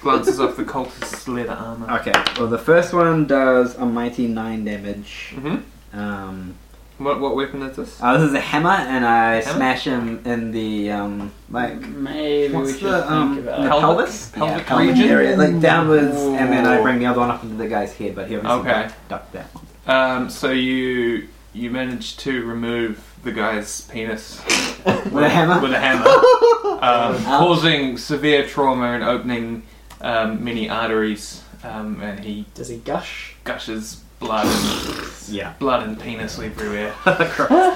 S5: glances off the cultist's leather armor.
S4: Okay, well, the first one does a mighty 9 damage.
S5: hmm
S4: Um,
S5: What what weapon is this?
S4: oh, this is a hammer, and I
S5: Hammer?
S4: smash him in the, um, like,
S3: Maybe we
S4: what's
S3: should
S4: the,
S3: think
S4: um, in the
S3: about. it.
S5: Pelvic-
S4: pelvis?
S5: pelvic
S4: yeah, pelvic
S5: region?
S4: area, like downwards, and then I
S5: Ooh.
S4: bring the other one up into the guy's head, but he obviously
S5: Okay.
S4: ducked, ducked that one.
S5: Um, so you you managed to remove the guy's penis
S4: With a hammer?
S5: with a hammer, um, causing severe trauma and opening um, many arteries, um, and he
S3: Does he gush?
S5: gushes blood and
S4: yeah.
S5: blood and penis everywhere.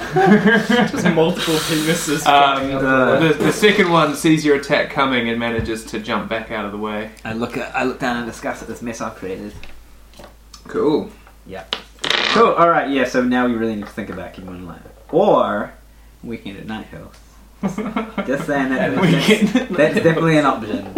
S3: Just multiple penises.
S5: Um,
S4: Uh,
S5: the, the second one sees your attack coming and manages to jump back out of the way.
S4: I look at, I look down and discuss at this mess I've created.
S5: Cool.
S4: Cool, alright, yeah, so now we really need to think about keeping one alive. Or, Weekend at Night Hill. Just saying that.
S5: Weekend
S4: that's, that's definitely an option.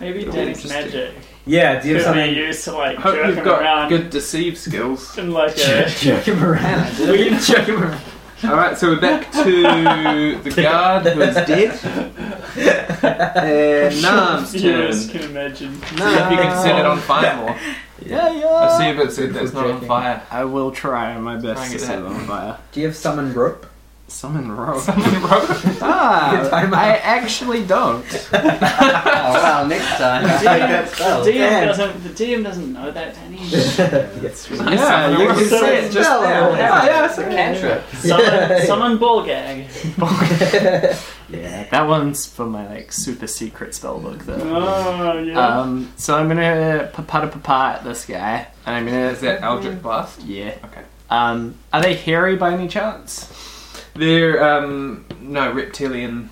S3: Maybe
S5: Ooh,
S3: Danny's
S5: interesting.
S3: magic
S4: Yeah, do you
S3: could
S4: have
S3: be
S4: something?
S3: used to like
S5: Hope
S3: jerk
S5: you've
S3: him
S5: got
S3: around
S5: good deceive skills.
S3: in like a.
S4: Jerk him around.
S3: weird-
S5: All right, so we're back to the guard who is dead.
S11: Uh,
S5: And Nam's turn.
S3: Viewers can imagine.
S5: See if you can set it
S11: Uh,
S5: on fire more.
S4: Yeah,
S5: I see if it's if it's not on fire.
S8: I will try my
S5: Try
S8: best
S5: and
S8: to
S5: get
S8: set
S5: that.
S8: it on fire.
S4: Do you have summon rope?
S8: Summon rope.
S5: Someone wrote.
S8: ah,
S4: Good time
S8: I actually don't.
S1: Oh, wow. spell next time. I take that spell.
S3: The DM
S4: Damn.
S3: doesn't. The DM doesn't know that, Danny.
S4: Yes, we-
S5: Yeah, you can
S3: So
S5: say
S3: it's
S5: it just now.
S4: Yeah, yeah, it's
S1: It's a cantrip.
S3: Summon, summon ball gag.
S8: Yeah, that one's for my like super secret spellbook though.
S3: Oh yeah.
S8: Um, so I'm gonna papa papa at this guy, and I'm gonna
S5: Is that Eldritch Blast?
S8: yeah.
S5: Okay.
S8: Um, are they hairy by any chance?
S5: They're, um, no, reptilian.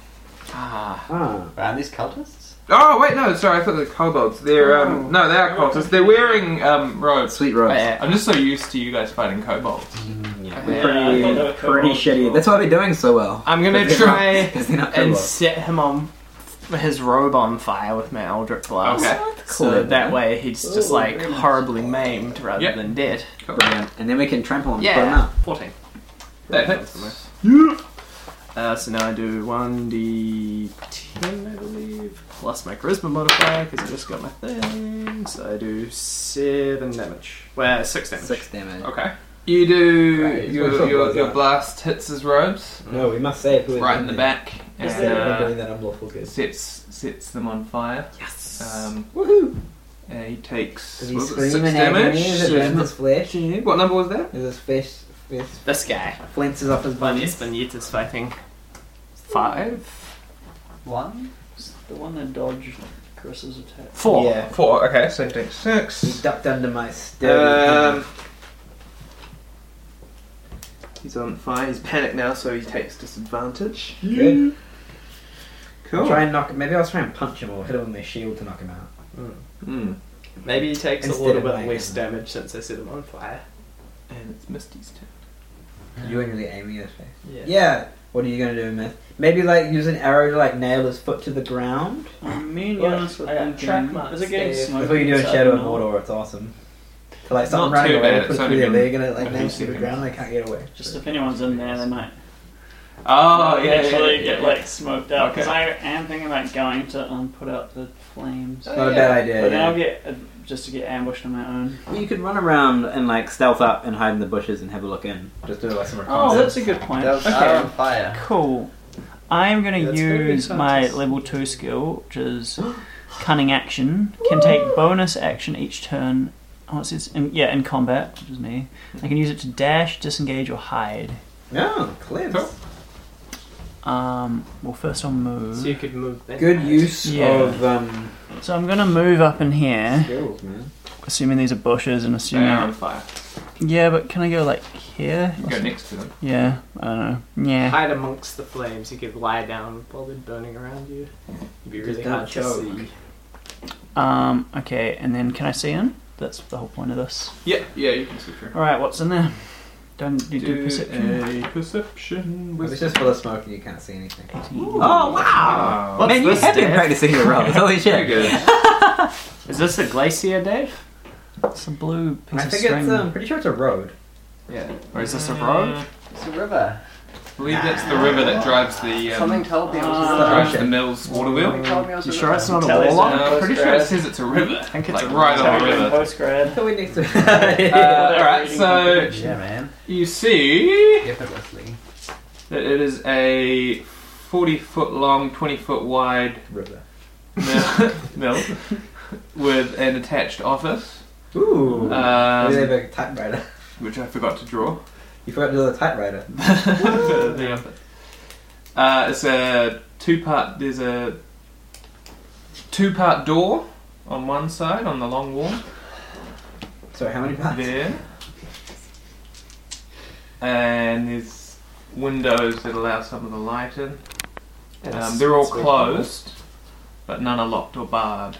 S8: Ah,
S4: Ah.
S1: Around these cultists?
S5: Oh, wait, no, sorry, I thought they were kobolds. They're, um, no, they are cultists. They're wearing, um, robes.
S11: Sweet rose.
S8: yeah.
S5: I'm just so used to you guys fighting kobolds.
S3: Yeah, I thought they were
S11: Pretty, pretty
S3: kobolds.
S11: shitty. That's why they're doing so well.
S8: I'm gonna
S11: Because they're not-
S8: try
S11: 'cause they're not
S8: and
S11: kobolds.
S8: set him on his robe on fire with my Eldritch Blast.
S5: Okay.
S8: So
S11: Cool.
S8: that way he's just like horribly maimed rather
S5: Yep.
S8: than dead.
S11: Brilliant. And then we can trample them.
S8: Yeah.
S11: Put 'em up.
S8: Fourteen.
S5: That hits.
S8: Uh, so now I do 1d10, I believe, plus my charisma modifier because I just got my thing. So I do 7 damage. Well, 6 damage.
S11: Six damage.
S5: Okay. You do,
S4: Right, it's
S5: your,
S4: what
S5: your,
S4: kobolds
S5: your
S4: are.
S5: blast hits his robes,
S4: No, we must say it. who is
S5: right in the
S4: doing
S5: back,
S4: it. Just
S5: and,
S4: say we're
S5: uh,
S4: doing that unlawful good.
S5: sets, sets them on fire.
S11: Yes.
S5: Um,
S4: Woohoo!
S5: and he takes
S4: Does he
S5: was it
S4: scream
S5: six
S4: in agony
S5: damage.
S4: as it burns his flesh? Is
S5: What number was that?
S4: his flesh, flesh
S8: This guy.
S4: flances off his body?
S8: Vanez is fighting 5?
S1: One?
S3: The one that dodged Chris's attack.
S8: 4.
S4: Yeah.
S5: Four. Okay, so he takes
S4: He
S5: six.
S4: ducked under my sturdy.
S5: Um, he's on fire. He's panicked now, so he takes disadvantage.
S4: Good.
S5: Cool.
S4: Try and knock. Maybe I'll try and punch him or hit him with my shield to knock him out.
S5: Mm.
S8: Maybe he takes
S4: Instead
S8: a little
S4: of um,
S8: bit
S4: lightning.
S8: less damage since I set him on fire.
S5: And it's Misty's turn.
S4: You weren't really aiming at his face.
S8: Yeah.
S4: Yeah. What are you gonna do, Myth? Maybe like use an arrow to like nail his foot to the ground.
S3: Oh, me and
S8: Well,
S3: Jonas were
S8: I got
S3: thinking,
S8: track marks
S3: Is it getting
S8: there.
S3: smoke?
S4: That's what you do in
S3: inside?
S4: Shadow of
S3: No.
S4: Mordor. It's awesome. To like something
S5: uh, Not
S4: running
S5: too
S4: away,
S5: bad,
S4: put
S5: it's
S4: it
S5: only
S4: through their
S5: been
S4: leg and it like
S5: a few
S4: nails to the
S5: seconds.
S4: ground. They can't get away.
S3: Just if anyone's in there, they might
S5: Oh, yeah.
S3: actually
S5: yeah,
S3: get
S5: yeah.
S3: like smoked out. Because
S5: Okay.
S3: I am thinking about going to um, put out the flames,
S4: Not a
S5: Oh, yeah.
S4: bad idea.
S3: but then
S4: yeah.
S3: I'll get uh, just to get ambushed on my own.
S11: Well, you could run around and like stealth up and hide in the bushes and have a look in.
S4: Just do it like some
S3: Oh,
S4: reconnaissance.
S3: that's a good point.
S1: That was okay. on fire.
S3: Cool. I'm going to
S1: That's gonna be
S3: use my
S1: conscious.
S3: level 2 skill, which is Cunning Action. Can take bonus action each turn. Oh, it says, in, yeah, in combat, which is me. I can use it to dash, disengage, or hide.
S4: No, clips.
S5: Cool.
S3: Um, well, first I'll move.
S8: So you could move that.
S4: Good use
S3: Yeah. Eh?
S4: of um,
S3: So I'm going to move up in here,
S4: skills, man.
S3: assuming these are bushes and
S5: They
S3: assuming.
S5: are on fire.
S3: Yeah, but can I go like here?
S5: You go next to them.
S3: Yeah, I don't know. Yeah.
S8: Hide amongst the flames. You could lie down while they're burning around you. It'd be
S4: Just
S8: really
S4: don't
S8: hard to
S4: choke.
S8: see.
S3: Um, okay, and then can I see in? That's the whole point of this.
S5: Yeah, yeah, you can see through.
S3: Alright, what's in there? Don't you do, uh, perception?
S5: a perception.
S4: It's just full of smoke and you can't see anything.
S11: Oh wow!
S5: Wow.
S11: Man, you have been practicing your roles. Holy
S5: Very
S11: shit!
S5: good.
S8: Is this a glacier, Dave?
S3: It's a blue piece
S4: I
S3: of
S4: think
S3: string.
S4: it's. Um, pretty sure it's a road.
S8: Yeah. Or is this a
S5: Mm,
S8: road?
S1: It's a river.
S5: I believe that's the river that drives the
S1: Something
S5: um,
S1: told me it was
S4: Ah.
S1: a river.
S5: drives the mill's water wheel.
S1: Something told me it was a
S8: You
S1: river.
S8: sure it's not a
S3: Tell us
S8: warlock?
S3: now.
S5: Uh, I'm pretty sure it says it's a river. I
S8: think it's
S5: like
S8: a
S5: right on a
S3: Tell you in
S5: river.
S3: postgrad.
S4: So we need to.
S5: Uh, Alright, so
S1: Yeah, man.
S5: you see
S1: Effortlessly.
S5: that it is a 40 foot long, 20 foot wide
S4: River.
S5: mill, mill with an attached office,
S4: Ooh. Maybe they have
S5: um,
S4: a typewriter.
S5: which I forgot to draw.
S4: You forgot to do the typewriter.
S5: The- the office. Uh, it's a two part, there's a two part door on one side on the long wall.
S4: So how many parts?
S5: there. And there's windows that allow some of the light in. Um, they're all closed, but none are locked or barred.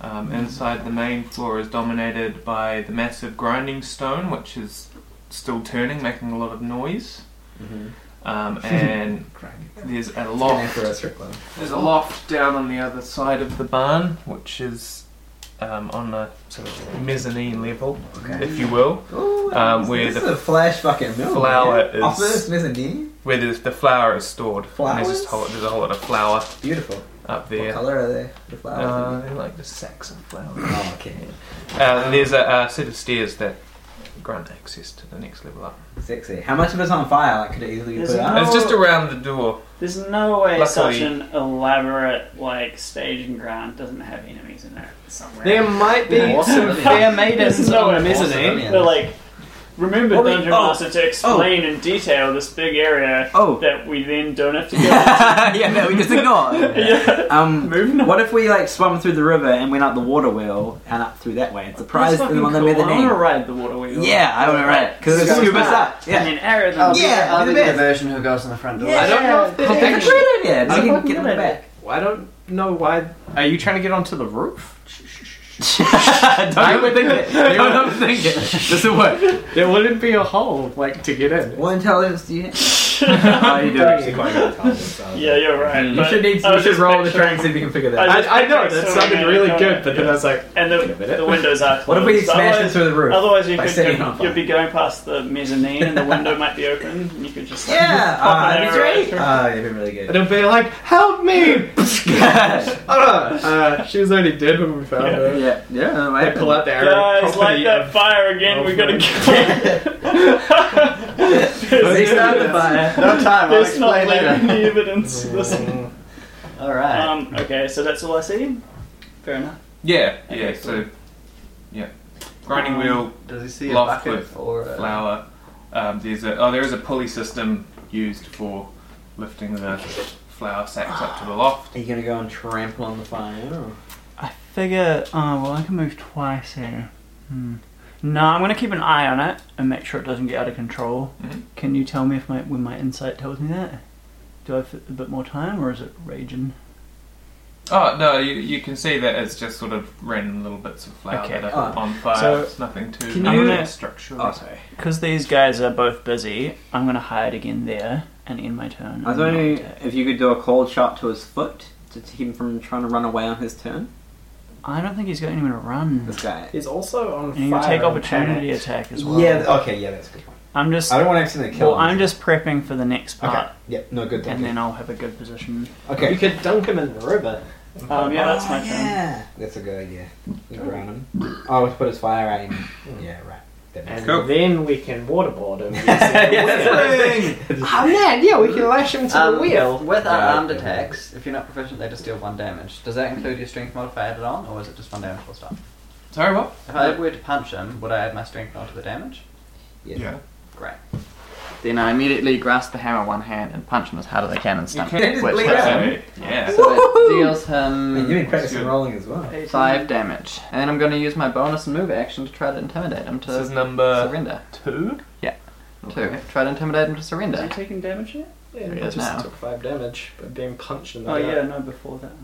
S5: Um,
S3: Hmm.
S5: inside the main floor is dominated by the massive grinding stone, which is still turning, making a lot of noise.
S4: Mm-hmm.
S5: Um,
S3: Hmm.
S5: and there's a loft.
S4: for a strip club.
S5: There's a loft down on the other side of the barn, which is um, on a sort of mezzanine level,
S4: Okay.
S5: if you will.
S4: Ooh,
S5: Um, where
S4: this
S5: the
S4: is a flash fucking mill.
S5: flower
S4: man.
S5: is-
S4: Office mezzanine.
S5: where the, the flower is stored. And there's,
S4: Flowers?
S5: just whole, there's a whole lot of flour
S4: Beautiful.
S5: up
S4: What
S5: there.
S4: color are they? The flowers.
S3: Uh,
S5: Uh, they're like the sacks of flour.
S4: oh, okay.
S5: Uh, there's a, a set of stairs that grant access to the next level up.
S4: Sexy. How much of it's on fire? Like, could it easily be
S3: There's
S4: put
S3: no-
S4: out?
S5: It's just around the door.
S3: There's no way
S5: Luckily-
S3: such an elaborate like staging ground doesn't have enemies in it somewhere.
S8: There might be
S1: Yeah.
S8: some fair maidens
S3: There's no
S8: on the
S3: way
S8: mezzanine.
S3: possible. But like, remember
S8: What we-
S3: Dungeon
S8: oh,
S3: Master to explain in detail this big area
S2: Oh.
S3: that we then don't have to go.
S2: yeah, no, we just ignore.
S3: yeah.
S2: Um,
S3: Moving on.
S2: what if we like swam through the river and went up the water wheel and up through that way and surprised
S3: That's fucking
S2: them on the
S3: cool. I want to
S2: mezzanine?
S3: ride the water wheel.
S2: Yeah, I want to right because it's
S1: Scuba
S2: scuba
S1: stuff.
S2: stuff. Yeah,
S3: And then Aerith
S1: I'll be,
S2: Yeah,
S1: I'll
S2: do the
S1: be the
S2: best.
S1: version who goes in the front door.
S8: I don't know if
S2: Oh,
S8: they're
S2: that's a
S8: actually.
S2: great idea.
S8: I
S2: We can
S8: fucking
S2: get them
S3: love
S2: back.
S8: I don't know why. Are you trying to get onto the roof?
S2: don't even think it. Don't even think it. Doesn't work.
S8: There wouldn't be a hole like to get in.
S2: What intelligence do you have?
S3: yeah,
S2: How you
S4: They're
S2: doing?
S4: actually quite good at times, so-
S3: you're right.
S4: You
S3: but
S4: should, need,
S3: I
S4: you
S3: was
S4: should
S3: just
S4: roll the
S3: picturing-
S4: train and see if you can figure that out.
S3: I
S8: I,
S3: just
S8: I know
S3: pictured
S8: that
S3: someone
S8: sounded
S3: in
S8: really
S3: a
S8: good, but then I was like,
S3: And
S4: Wait a
S3: the,
S4: minute.
S3: the windows are closed.
S4: What if we smashed
S3: Otherwise-
S4: into the roof?
S3: Otherwise, you
S4: by
S3: could
S4: setting
S3: could-
S4: it on fire?
S3: you'd be going past the mezzanine, and the window might be open. And you could just
S4: uh,
S3: like,
S2: Yeah,
S3: pop
S2: ah,
S3: an
S2: that'd be
S3: arrow
S2: great.
S3: through.
S4: Oh, you've been really
S8: and
S4: good.
S8: it'd be like, help me!
S2: yeah,
S8: I don't know. Uh, she was already dead when we found her.
S2: yeah. that might
S8: I
S2: happen.
S8: pull out the arrow.
S3: Guys, light
S8: property
S3: that
S8: of-
S3: fire again. we gotta
S4: They
S3: go.
S4: started the fire.
S1: No time, I'll
S3: There's not
S1: explain
S3: leaving
S1: later.
S3: any evidence. of This.
S1: Alright.
S3: Um, okay, so that's all I see. Fair enough.
S5: Yeah, yeah.
S3: Okay,
S5: So, yeah, grinding
S3: Um,
S5: wheel,
S1: Does he see a
S5: Loft
S1: bucket
S5: with
S1: or a
S5: flour. Um, there's a oh, there is a pulley system used for lifting the flour sacks up to the loft.
S4: Are you gonna go and trample on the fire? Or?
S3: I figure. Oh well, I can move twice here. Hmm. No, I'm gonna keep an eye on it and make sure it doesn't get out of control.
S5: Mhm.
S3: Can you tell me if my when my insight tells me that? Do I fit a bit more time, or is it raging?
S5: Oh no, you, you can see that it's just sort of random little bits of flour
S3: Okay.
S5: that are
S4: Oh.
S5: on fire.
S3: So,
S5: it's nothing too
S3: can you-
S5: structural.
S4: Oh, sorry.
S3: Because these guys are both busy, I'm gonna hide again there and end my turn.
S2: I was wondering if you could do a cold shot to his foot to keep him from trying to run away on his turn.
S3: I don't think he's got anywhere to run.
S2: This guy.
S8: He's also on
S3: And you
S8: fire.
S3: take
S8: and
S3: opportunity
S8: panicked.
S3: attack as well.
S4: Yeah. th- Okay. Yeah, that's good.
S3: I'm just.
S4: I don't want to accidentally kill
S3: Well, I'm
S4: him.
S3: just prepping for the next
S4: Okay.
S3: part,
S4: Yeah. No. Good.
S3: and
S4: Thinking.
S3: then I'll have a good position.
S8: You
S4: Okay.
S8: could dunk him in the river.
S3: Um, yeah, that's
S4: Oh,
S3: my turn.
S4: yeah. That's a good idea. You Drown him. Oh, to put his fire out. in-
S8: Mm.
S4: Yeah. Right. That makes
S8: And
S5: Cool.
S8: then we can waterboard him.
S4: sense.
S8: oh man, yeah, we can lash him to the
S1: Um,
S8: wheel.
S1: With unarmed
S4: Yeah.
S1: attacks, if you're not proficient, they just deal one damage. Does that include your strength modifier added on, or is it just one damage full stop?
S5: Sorry, what?
S1: If I were to punch him, would I add my strength mod to the damage?
S4: Yeah.
S1: Great.
S12: Then I immediately grasp the hammer in one hand and punch him as hard as I can and stump
S5: You
S12: him.
S5: can
S4: just
S12: Which
S4: bleed
S12: hits
S4: out.
S12: him.
S5: Yeah.
S1: So that deals
S4: You've been
S1: him
S4: practicing
S5: good.
S4: rolling as well.
S12: Five damage. And then I'm going to use my bonus and move action to try to intimidate him
S5: This is
S12: to
S5: number
S12: surrender.
S5: two.
S12: Two. Try to intimidate him to
S3: Is he
S12: surrender.
S3: taking damage yet?
S8: Yeah,
S12: There he
S8: I
S12: is
S8: just
S12: now.
S8: took five damage, but being punched in the
S3: Oh
S8: gut.
S3: yeah, no, before that.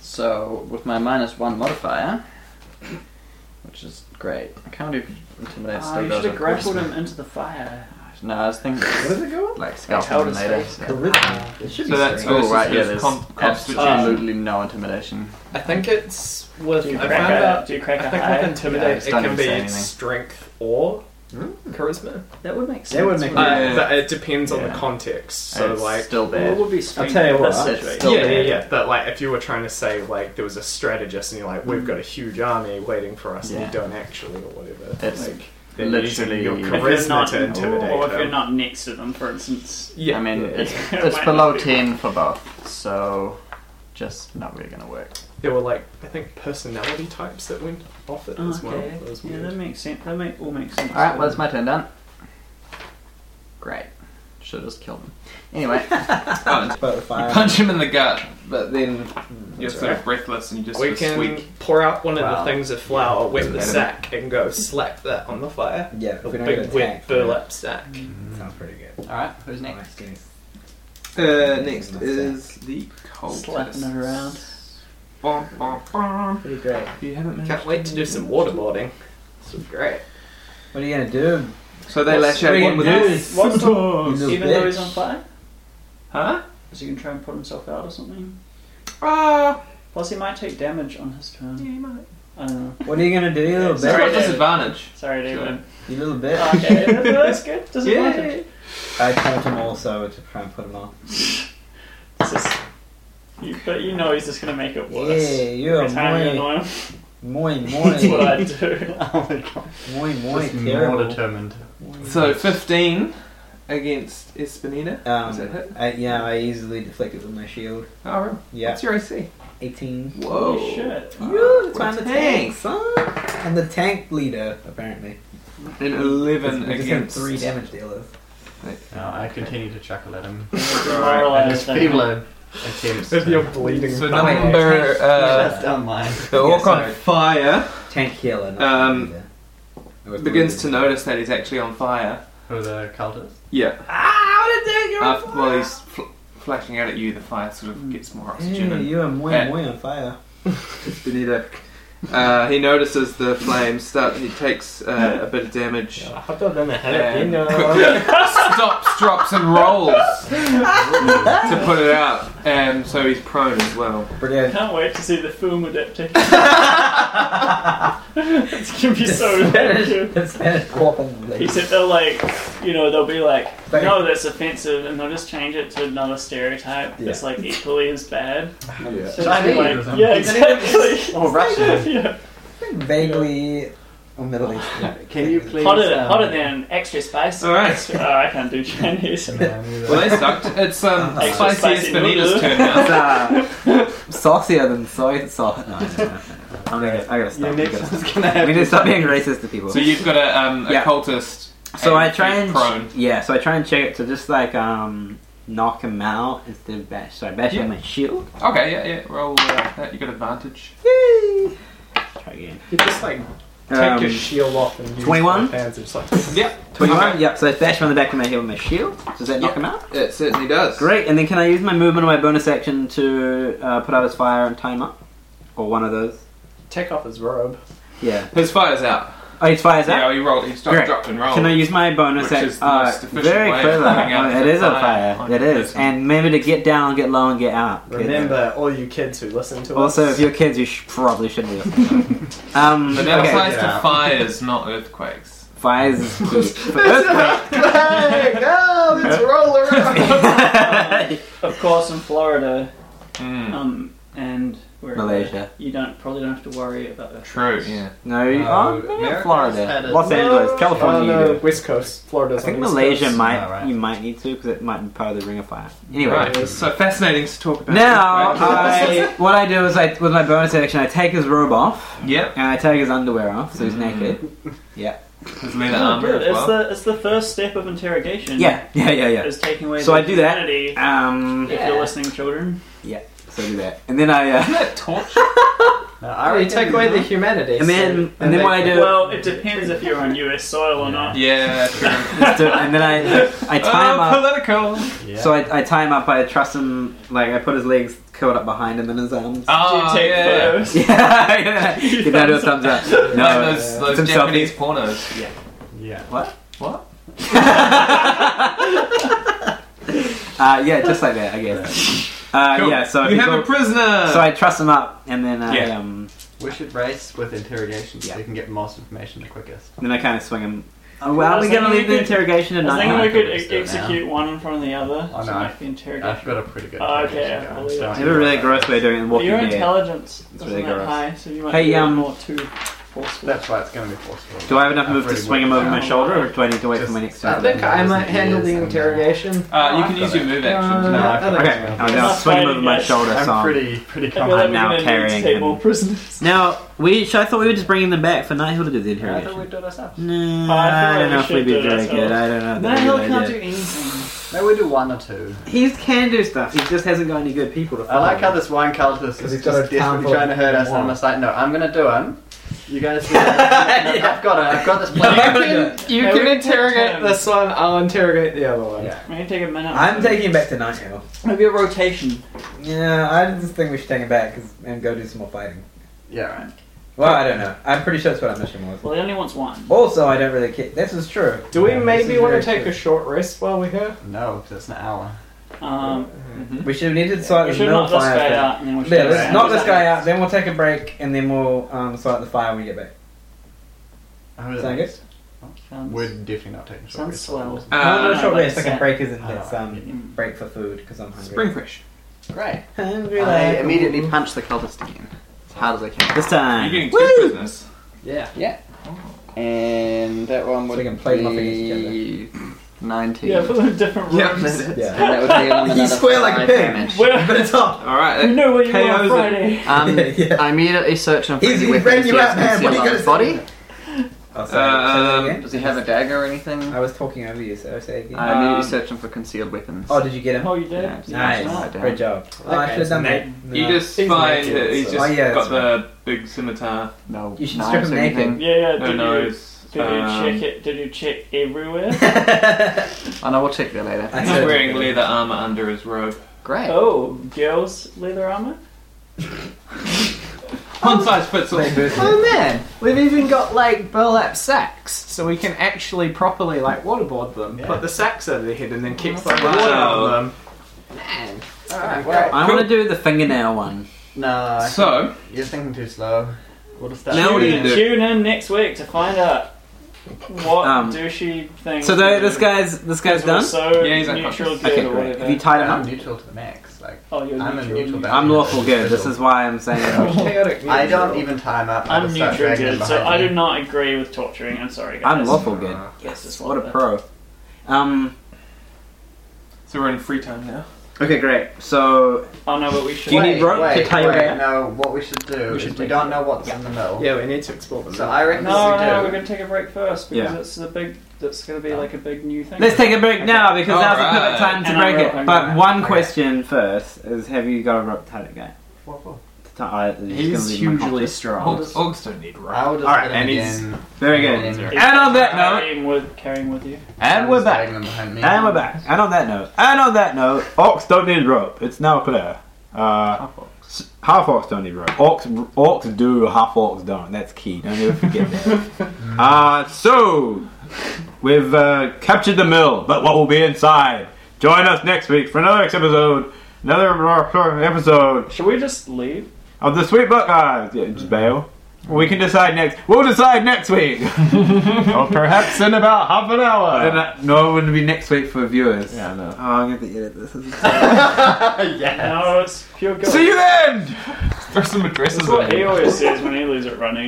S12: So with my minus one modifier, which is great. I can't even intimidate.
S3: Ah,
S12: still
S3: you
S12: goes
S3: should have
S12: with
S3: grappled
S12: charisma.
S3: him into the fire.
S12: No, I was thinking
S4: What does it go on?
S12: like scalp
S3: held
S12: him
S3: his
S12: later.
S3: face.
S12: so-
S8: Charisma.
S4: It should be
S5: So that's
S4: strength.
S12: Oh right, yeah.
S5: versus
S12: There's
S5: con-
S1: Uh,
S5: constitution.
S12: absolutely no intimidation.
S8: I think it's with.
S3: Do you
S8: I
S3: crack
S8: found
S3: a-
S8: out.
S3: do you crack
S8: I
S3: a
S8: think
S3: high?
S8: with
S12: Yeah,
S8: intimidate,
S12: it's done
S8: it can
S12: him
S8: be
S12: say anything.
S8: strength or
S4: Hmm?
S8: charisma.
S3: That would make sense.
S4: That would make-
S3: wouldn't
S8: Uh,
S3: it?
S5: Yeah.
S8: but it depends on the
S12: Yeah.
S8: context. So
S12: it's
S8: like.
S12: still
S3: Well, it
S12: bad.
S3: would be strength
S4: tell you
S3: in
S4: what,
S3: this
S12: it's
S3: situation.
S12: still
S8: yeah, yeah,
S12: bad.
S8: yeah. But like, if you were trying to say like there was a strategist and you're like, we've got a huge army waiting for us, and
S12: Yeah.
S8: you don't actually or whatever.
S12: It's
S8: like then using
S12: literally-
S8: your
S12: If
S3: If you're
S8: charisma
S3: not,
S8: to intimidate
S3: or if
S8: them.
S3: you're not next to them, for instance.
S8: yeah,
S12: I mean,
S8: yeah.
S12: it's,
S3: Yeah.
S12: it's
S3: Might
S12: below
S3: not be.
S12: ten for both, so just not really gonna work.
S8: there were like I think personality types that went off it
S3: Oh,
S8: as well.
S3: okay.
S8: That was
S3: yeah,
S8: weird.
S3: that makes sense. That make all makes sense.
S12: All right, well it's my turn done. Great, should have just killed him. Anyway,
S5: Oh,
S4: But the fire.
S5: you punch him in the gut, but then you're
S4: That's
S5: sort of breathless and you just
S8: we
S5: sort of
S8: can
S5: squeak.
S8: pour out one of
S1: Wow.
S8: the things of flour, wet the
S5: Venom.
S8: sack, and go slap that on the fire.
S4: Yeah. If
S8: A
S4: we don't
S8: big
S4: get
S8: wet
S4: attacked.
S8: burlap sack.
S4: Sounds pretty good. Oh,
S1: Alright, who's next?
S4: Nice, getting
S6: Uh, next is the
S3: Slapping it
S6: cultist.
S3: around.
S6: Bom, bom, bom.
S4: Pretty great.
S6: You haven't managed
S8: Can't wait to do some waterboarding. This is great.
S4: What are you gonna do?
S6: So they
S4: What's-
S6: lash out
S4: what are
S6: one
S4: you
S6: with
S4: gonna do
S6: this.
S4: is-
S3: What's
S4: You
S3: the,
S4: little
S3: even though he's
S4: bitch.
S3: on fire,
S6: Huh?
S3: is he gonna try and put himself out or something?
S6: Ah!
S3: Plus, he might take damage on his turn.
S6: you might.
S3: I don't know.
S4: What are you gonna do, you little
S3: Sorry,
S4: bit?
S6: Sorry,
S3: David.
S6: disadvantage.
S3: Sorry, David.
S4: You little bit.
S3: Oh, okay, that's good. Doesn't
S6: Yeah.
S3: matter.
S4: I told him also to try and put him off.
S3: It's just- you- but you know he's just gonna make it worse.
S4: Yeah, you are
S3: Every time you
S4: annoying.
S3: annoy him.
S8: Moi
S3: That's what
S8: moi.
S3: I do.
S1: Oh my god.
S8: moi moi.
S1: Just more
S8: Terrible.
S1: determined.
S5: So 15 against Espinina. Is that
S8: Um,
S5: hit?
S8: I, yeah, I easily deflect it with my shield.
S5: Oh, right.
S8: Yeah,
S5: What's your AC?
S8: 18.
S5: Whoa.
S3: Holy shit.
S8: Yeah, that's why I'm the
S5: Tank.
S8: tank, son. I'm the tank leader, apparently.
S5: An 11
S8: We just had
S5: against.
S8: three damage dealers.
S1: No, I continue to chuckle at him. And
S7: Demoralized
S1: his
S7: them.
S1: feebler attempts.
S3: If you're bleeding.
S5: So
S8: Oh, wait.
S5: number. Uh,
S1: Just don't mind.
S5: the Orc
S8: sorry.
S5: on fire
S8: Tank healer. Not
S5: Um,
S8: tank leader.
S5: begins to notice that he's actually on fire.
S1: Who the cultist?
S5: Yeah.
S8: Ah, what a
S5: After, while he's fl- flashing out at you, the fire sort of gets more oxygen.
S8: Yeah,
S5: and
S8: you are muy
S5: Eh.
S8: muy on fire.
S5: Benita. Uh, he notices the flames start. He takes uh, a bit of damage.
S3: I've done that head
S5: And
S3: again.
S5: quickly
S3: uh,
S5: stops, drops, and rolls to put it out. And so he's prone as well.
S8: Brilliant.
S3: Can't wait to see the film adaptation. it's gonna be so good.
S8: That's that whopping
S3: He
S8: lead.
S3: said they'll like, you know, they'll be like,
S8: Thank-
S3: no, that's offensive, and they'll just change it to another stereotype that's like equally as bad.
S13: Yeah.
S3: So it's
S1: Chinese or
S3: like,
S1: something.
S3: yeah,
S1: Is anyone-
S3: exactly.
S12: Oh,
S1: Or Russian.
S3: yeah.
S8: Vaguely or Middle East.
S1: Can you please?
S3: Hotter,
S1: um,
S3: hotter than extra spice.
S5: All right.
S3: Extra- oh, I can't do Chinese.
S1: yeah, me neither.
S5: Well, they sucked. It's um,
S8: Uh-huh.
S5: spicy
S3: Spicy
S5: Espinita's
S3: noodle.
S5: turn now.
S4: It's, uh, saucier than soy sauce. No, no, no, no. I'm gonna, I gotta
S1: Your
S4: stop.
S1: next
S4: I gotta
S1: one's
S4: stop.
S1: gonna
S4: We
S1: have.
S4: need to stop being racist to people.
S5: So you've got a, um, a
S4: Yeah.
S5: cultist.
S4: So I
S5: and
S4: try
S5: he's
S4: and
S5: prone.
S4: yeah, so I try and check it to just like um knock him out instead of bash. So I bash
S5: Yeah.
S4: on my shield.
S5: Okay, yeah, yeah. Roll uh, that. You got advantage.
S4: Try again.
S3: You just like
S4: Take
S3: your
S4: um,
S3: shield off and
S4: use 21? my
S3: Hands, it's like
S4: twenty-one.
S5: Okay.
S4: Yep. So I bash him on the back of my head with my shield. Does that knock him out?
S5: It certainly does.
S4: Great. And then can I use my movement or my bonus action to uh, put out his fire and tie him up, or one of those?
S3: take off his robe.
S4: Yeah.
S5: His fire's out.
S4: Oh, his fire's out.
S5: Yeah, he rolled. He stopped,
S4: Great.
S5: dropped, and rolled.
S4: Can I use my bonus
S5: Which
S4: act-
S5: is the
S4: uh,
S5: most efficient
S4: very
S5: way of
S4: clever.
S5: coming out
S4: Oh,
S5: of
S4: it
S5: the
S4: is on
S5: fire
S4: fire.
S5: on
S4: It
S5: your
S4: is.
S5: person.
S4: And remember to get down, get low, and get out. kids.
S3: Remember, all you kids who listen to us.
S4: Also, if you're kids, you sh- probably shouldn't be listening. um,
S5: But that
S4: okay.
S5: applies
S1: Yeah.
S5: to fires, not earthquakes.
S4: Fires is
S3: Hey, no, let's roll around.
S7: Of course, in Florida,
S5: Mm.
S3: Oh.
S7: um, and where
S4: Malaysia.
S7: you don't probably don't have to worry about that.
S5: True. Yeah.
S4: No, oh,
S1: America's
S4: yeah, Florida,
S1: had a-
S4: Los Angeles,
S3: Oh,
S4: California.
S3: no,
S4: you do.
S3: West Coast, Florida's
S4: I think
S3: on the West
S4: Malaysia
S3: Coast.
S4: might.
S1: Oh, right.
S4: You might need to because it might be part of the Ring of Fire. Anyway.
S5: Right. So fascinating to talk about.
S4: Now,
S5: earthquakes.
S4: I, what I do is I, with my bonus action, I take his robe off
S5: Yep.
S4: and I take his underwear off, so he's
S5: Mm.
S4: naked.
S5: His leather
S3: Oh,
S5: armor
S3: good.
S5: as
S3: It's
S5: well.
S3: the it's the first step of interrogation.
S4: Yeah, yeah, yeah, yeah.
S3: Is taking away
S4: So
S3: the
S4: I do that.
S3: humanity,
S4: Um,
S3: If you're listening, children.
S4: so do that, and then I, uh,
S5: Isn't that torture?
S1: No, I already
S8: take away the humanity.
S4: and then, and then what I do,
S3: Well, it depends if you're on U.S. soil or not.
S5: yeah. True.
S4: is to- and then I, I tie him
S5: Oh,
S4: up.
S5: political.
S1: Yeah.
S4: So I, I tie him up. I truss him. Like I put his legs curled up behind him in his arms.
S5: Oh,
S3: do you take
S5: yeah.
S3: photos?
S4: Yeah, yeah. Give that a thumbs up.
S5: No,
S4: No,
S5: those, those
S4: Some
S5: Japanese pornos.
S1: yeah.
S4: uh, yeah, just like that, I guess. Uh,
S5: Cool.
S4: Yeah, so
S5: you
S4: he's
S5: have
S4: all-
S5: a prisoner.
S4: so I truss him up, and then I
S5: Yeah.
S4: um,
S1: We should race with interrogation so
S4: Yeah.
S1: we can get most information the quickest.
S4: then I kind of swing him. Oh, well,
S3: I
S4: are
S3: was
S4: we gonna
S3: thinking
S4: leave the
S3: we could-
S4: interrogation
S3: I was
S4: tonight?
S3: thinking we could
S1: let's
S3: ex-
S1: do it now.
S3: execute one in front of the other.
S1: Oh,
S3: so
S1: no.
S3: it might be
S1: I've
S3: interrogation.
S1: got a pretty good
S3: Oh,
S1: interrogation
S3: okay, I'll leave
S1: going.
S4: I have a really gross way of doing it. and
S3: But
S4: Walking
S3: your
S4: in the air.
S3: intelligence
S4: It's
S3: isn't
S4: really
S3: that
S4: gross.
S3: high, so you might
S4: Hey,
S3: be a little
S4: um,
S3: more too forceful.
S1: That's why it's going to be forceful.
S4: Do I have enough
S1: I've
S4: move to
S1: really
S4: swing him over
S1: worked
S4: my
S1: it out.
S4: shoulder, or do I need to wait for my
S1: Just-
S4: next
S1: I
S4: turn?
S1: think I might handle the
S8: interrogation.
S3: Oh,
S5: uh, you can use your move action.
S1: No, I
S8: Uh,
S1: think
S4: Okay,
S1: it's
S4: I'll
S1: okay.
S4: now
S3: Enough
S4: swing him
S3: fighting,
S4: over my
S3: guys.
S4: shoulder.
S1: I'm
S4: so
S1: pretty pretty
S3: I feel like
S1: confident.
S3: we're
S4: now
S3: gonna
S4: carrying
S3: need to take
S4: him.
S3: more prisoners.
S4: Now, we should, I thought we were just bringing them back for Nighthawk to do the
S1: I thought
S4: interrogation.
S1: we'd do it ourselves.
S4: No,
S3: I feel
S4: I,
S3: like
S4: don't
S3: we
S4: know if
S3: should
S4: we'd
S3: do
S4: be
S3: it
S4: very
S3: ourselves.
S4: good. I don't know. if that'd be a
S3: Nihil
S4: good
S3: can't do
S4: idea.
S3: anything.
S1: Maybe we do one or two.
S4: He can do stuff. He just hasn't got any good people to
S1: I
S4: follow.
S1: like how this one cultist is just
S8: he's got a
S1: desperately
S8: powerful
S1: trying to hurt us, and I'm just like, no, I'm gonna do him. You guys, do it. No, I've got it. I've got this plan.
S8: You
S3: Yeah, we
S8: can
S3: can
S8: interrogate
S3: turn.
S8: this one. I'll interrogate the other one.
S1: Yeah.
S3: We can take a minute.
S8: I'm taking him back to Nighthawk.
S7: Maybe a rotation.
S8: Yeah, I just think we should take him back 'cause- and go do some more fighting.
S1: yeah, right.
S8: Well, I don't know. I'm pretty sure that's what our mission was.
S7: Well, he only wants one.
S8: Also, I don't really care. This is true.
S3: Do we
S8: Yeah, this
S3: maybe
S8: is
S3: want
S8: very
S3: to take
S8: true.
S3: a short rest while we're here?
S1: No, because it's an hour.
S7: Um,
S8: We should need to decide
S7: we
S8: the
S7: should
S8: middle
S7: knock this
S8: fire.
S7: guy
S8: thing.
S7: out, and then we should.
S8: Yeah,
S7: do
S8: let's
S7: that.
S8: knock this guy out. Then we'll take a break, and then we'll um, start the fire when we get back.
S1: How is
S8: Sound
S1: it?
S8: good?
S7: Sounds-
S1: We're definitely not taking short
S7: Sounds
S1: rest.
S7: swell.
S5: Uh,
S8: no, no,
S7: no,
S8: short
S7: like
S8: rest. Like a
S7: set.
S8: break isn't
S1: Oh,
S8: it? Um,
S7: Mm.
S8: break for food because I'm hungry.
S5: Spring fresh.
S1: Great.
S8: Hungry.
S1: I
S8: like-
S1: immediately punch the cultist again.
S2: hard as I can. This time.
S6: You're getting two prisoners.
S8: Yeah.
S1: And that one would
S4: we can play them up against each other.
S1: be nineteen.
S3: Yeah, but they're different
S1: Yeah,
S3: rooms.
S1: and
S4: Yeah.
S1: that would take on
S4: You
S1: another
S4: swear like a
S1: five
S4: pig.
S1: damage.
S3: Where,
S4: But it's off.
S12: All right.
S3: you know where you were
S12: KOs
S3: on
S12: it.
S3: Friday.
S1: Um,
S4: Yeah.
S1: I immediately search him for
S4: He's-
S1: any
S4: he ran
S1: weapons he
S4: you
S1: has
S4: out, man. What
S1: concealed
S4: are you
S1: on
S4: gonna
S1: his body.
S4: Oh, sorry. Say that
S12: Um,
S4: again?
S1: Does he have a dagger or anything?
S4: I was talking over you, so say it again.
S1: I immediately
S12: Um,
S1: search him for concealed weapons.
S4: oh, did you get him?
S3: Oh, you did?
S1: Yeah, so
S4: nice.
S1: that's not down.
S4: Great job. Oh, I
S8: Okay,
S4: should have done
S8: so
S4: that.
S5: You
S4: No.
S5: just find
S8: naked,
S5: that he's
S8: so-
S5: just
S4: Oh, yeah,
S5: got
S4: that's
S5: the big scimitar.
S1: No
S4: You should strip
S1: knives
S4: him
S1: or
S4: naked.
S1: anything.
S3: Yeah, yeah. Did,
S5: No
S3: you,
S5: nose.
S3: did
S5: um,
S3: you check it? Did you check everywhere?
S1: I know Oh, we'll check that later.
S4: I
S5: He's
S4: said-
S5: wearing leather armor under his robe.
S1: Great.
S3: oh, girls' leather armor?
S5: One size fits all.
S4: Play versus-
S8: Oh man, we've even got like burlap sacks, so we can actually properly like waterboard them. Put the sacks over their head and then kick
S3: Oh,
S8: some water
S5: Wow.
S8: on them.
S4: Oh,
S8: Man,
S1: Alright, well,
S2: I want to do the fingernail one.
S1: no,
S5: So,
S1: you're thinking too slow. We'll just start.
S2: Now what do you
S3: Tune,
S2: do?
S3: tune in next week to find out what
S2: Um,
S3: douchey thing.
S2: So
S3: they
S2: the, this guy's this guy's done.
S3: So
S5: Yeah, he's
S3: neutral
S5: unconscious.
S3: good
S2: Okay,
S3: or
S2: great.
S3: whatever.
S2: Have you tied him
S1: I'm
S2: up?
S1: neutral to the max. Like
S3: oh, you're
S1: I'm a
S3: neutral.
S1: neutral value.
S2: I'm lawful good. This is why I'm saying
S4: Chaotic
S1: I don't
S4: neutral.
S1: even time up. I
S3: I'm
S1: just start
S3: neutral
S1: dragging
S3: good,
S1: them
S3: so
S1: behind
S3: I
S1: me.
S3: do not agree with torturing. I'm sorry, guys.
S2: I'm lawful good.
S3: Yes, it's
S2: What a pro. Um.
S5: so we're in free time now.
S2: Okay, great. So
S3: Oh no, but we should.
S2: Do you need rope to
S1: wait,
S2: tie your
S1: wait,
S2: back?
S1: No, what we should do
S2: We
S1: is
S2: should
S1: we
S2: take
S1: don't know what's in the middle.
S8: Yeah, we need to explore them.
S1: So I reckon
S3: No,
S1: we do.
S3: no, we're gonna take a break first because
S2: Yeah.
S3: it's the big. That's gonna be like a big new thing.
S2: let's take a break now because
S5: All
S2: now's the
S5: right.
S2: perfect time to
S3: And I'm
S2: break
S3: rope- I'm
S2: it. But
S3: rope.
S2: one question first is: Have you got a rope tied it guy?
S1: What for?
S2: Ti- uh, it's gonna
S8: He's
S2: leave my
S8: hugely
S2: confidence.
S8: strong.
S5: Orcs, orcs don't need rope.
S1: I'll just
S2: All right,
S1: hit him
S2: and he's-
S1: again.
S2: Very good.
S1: And-
S2: And on that note,
S3: carrying with carrying with you.
S2: and
S1: I'm
S2: we're
S1: just
S2: back.
S1: dragging them behind me.
S2: And we're back. And on that note, and on that note,
S7: Orcs don't need rope. It's now clear. Uh, s- half orcs don't need rope. Orcs, orcs do, half orcs don't. That's key. Don't ever forget that. uh, so, we've uh, captured the mill, but what will be inside? Join us next week for another episode. Another episode
S3: Should we just leave?
S7: of the Sweet Buck Guys. Yeah, just bail. We can decide next. We'll decide next week.
S8: Or perhaps in about half an
S7: And,
S8: hour.
S7: uh, no, it would be next week for viewers.
S8: Yeah, I know.
S2: oh, I'm going to edit this.
S3: No, it's pure gold.
S7: See you then.
S5: Throw some addresses
S3: That's
S5: on
S3: what he
S5: it.
S3: always says when he leaves it running.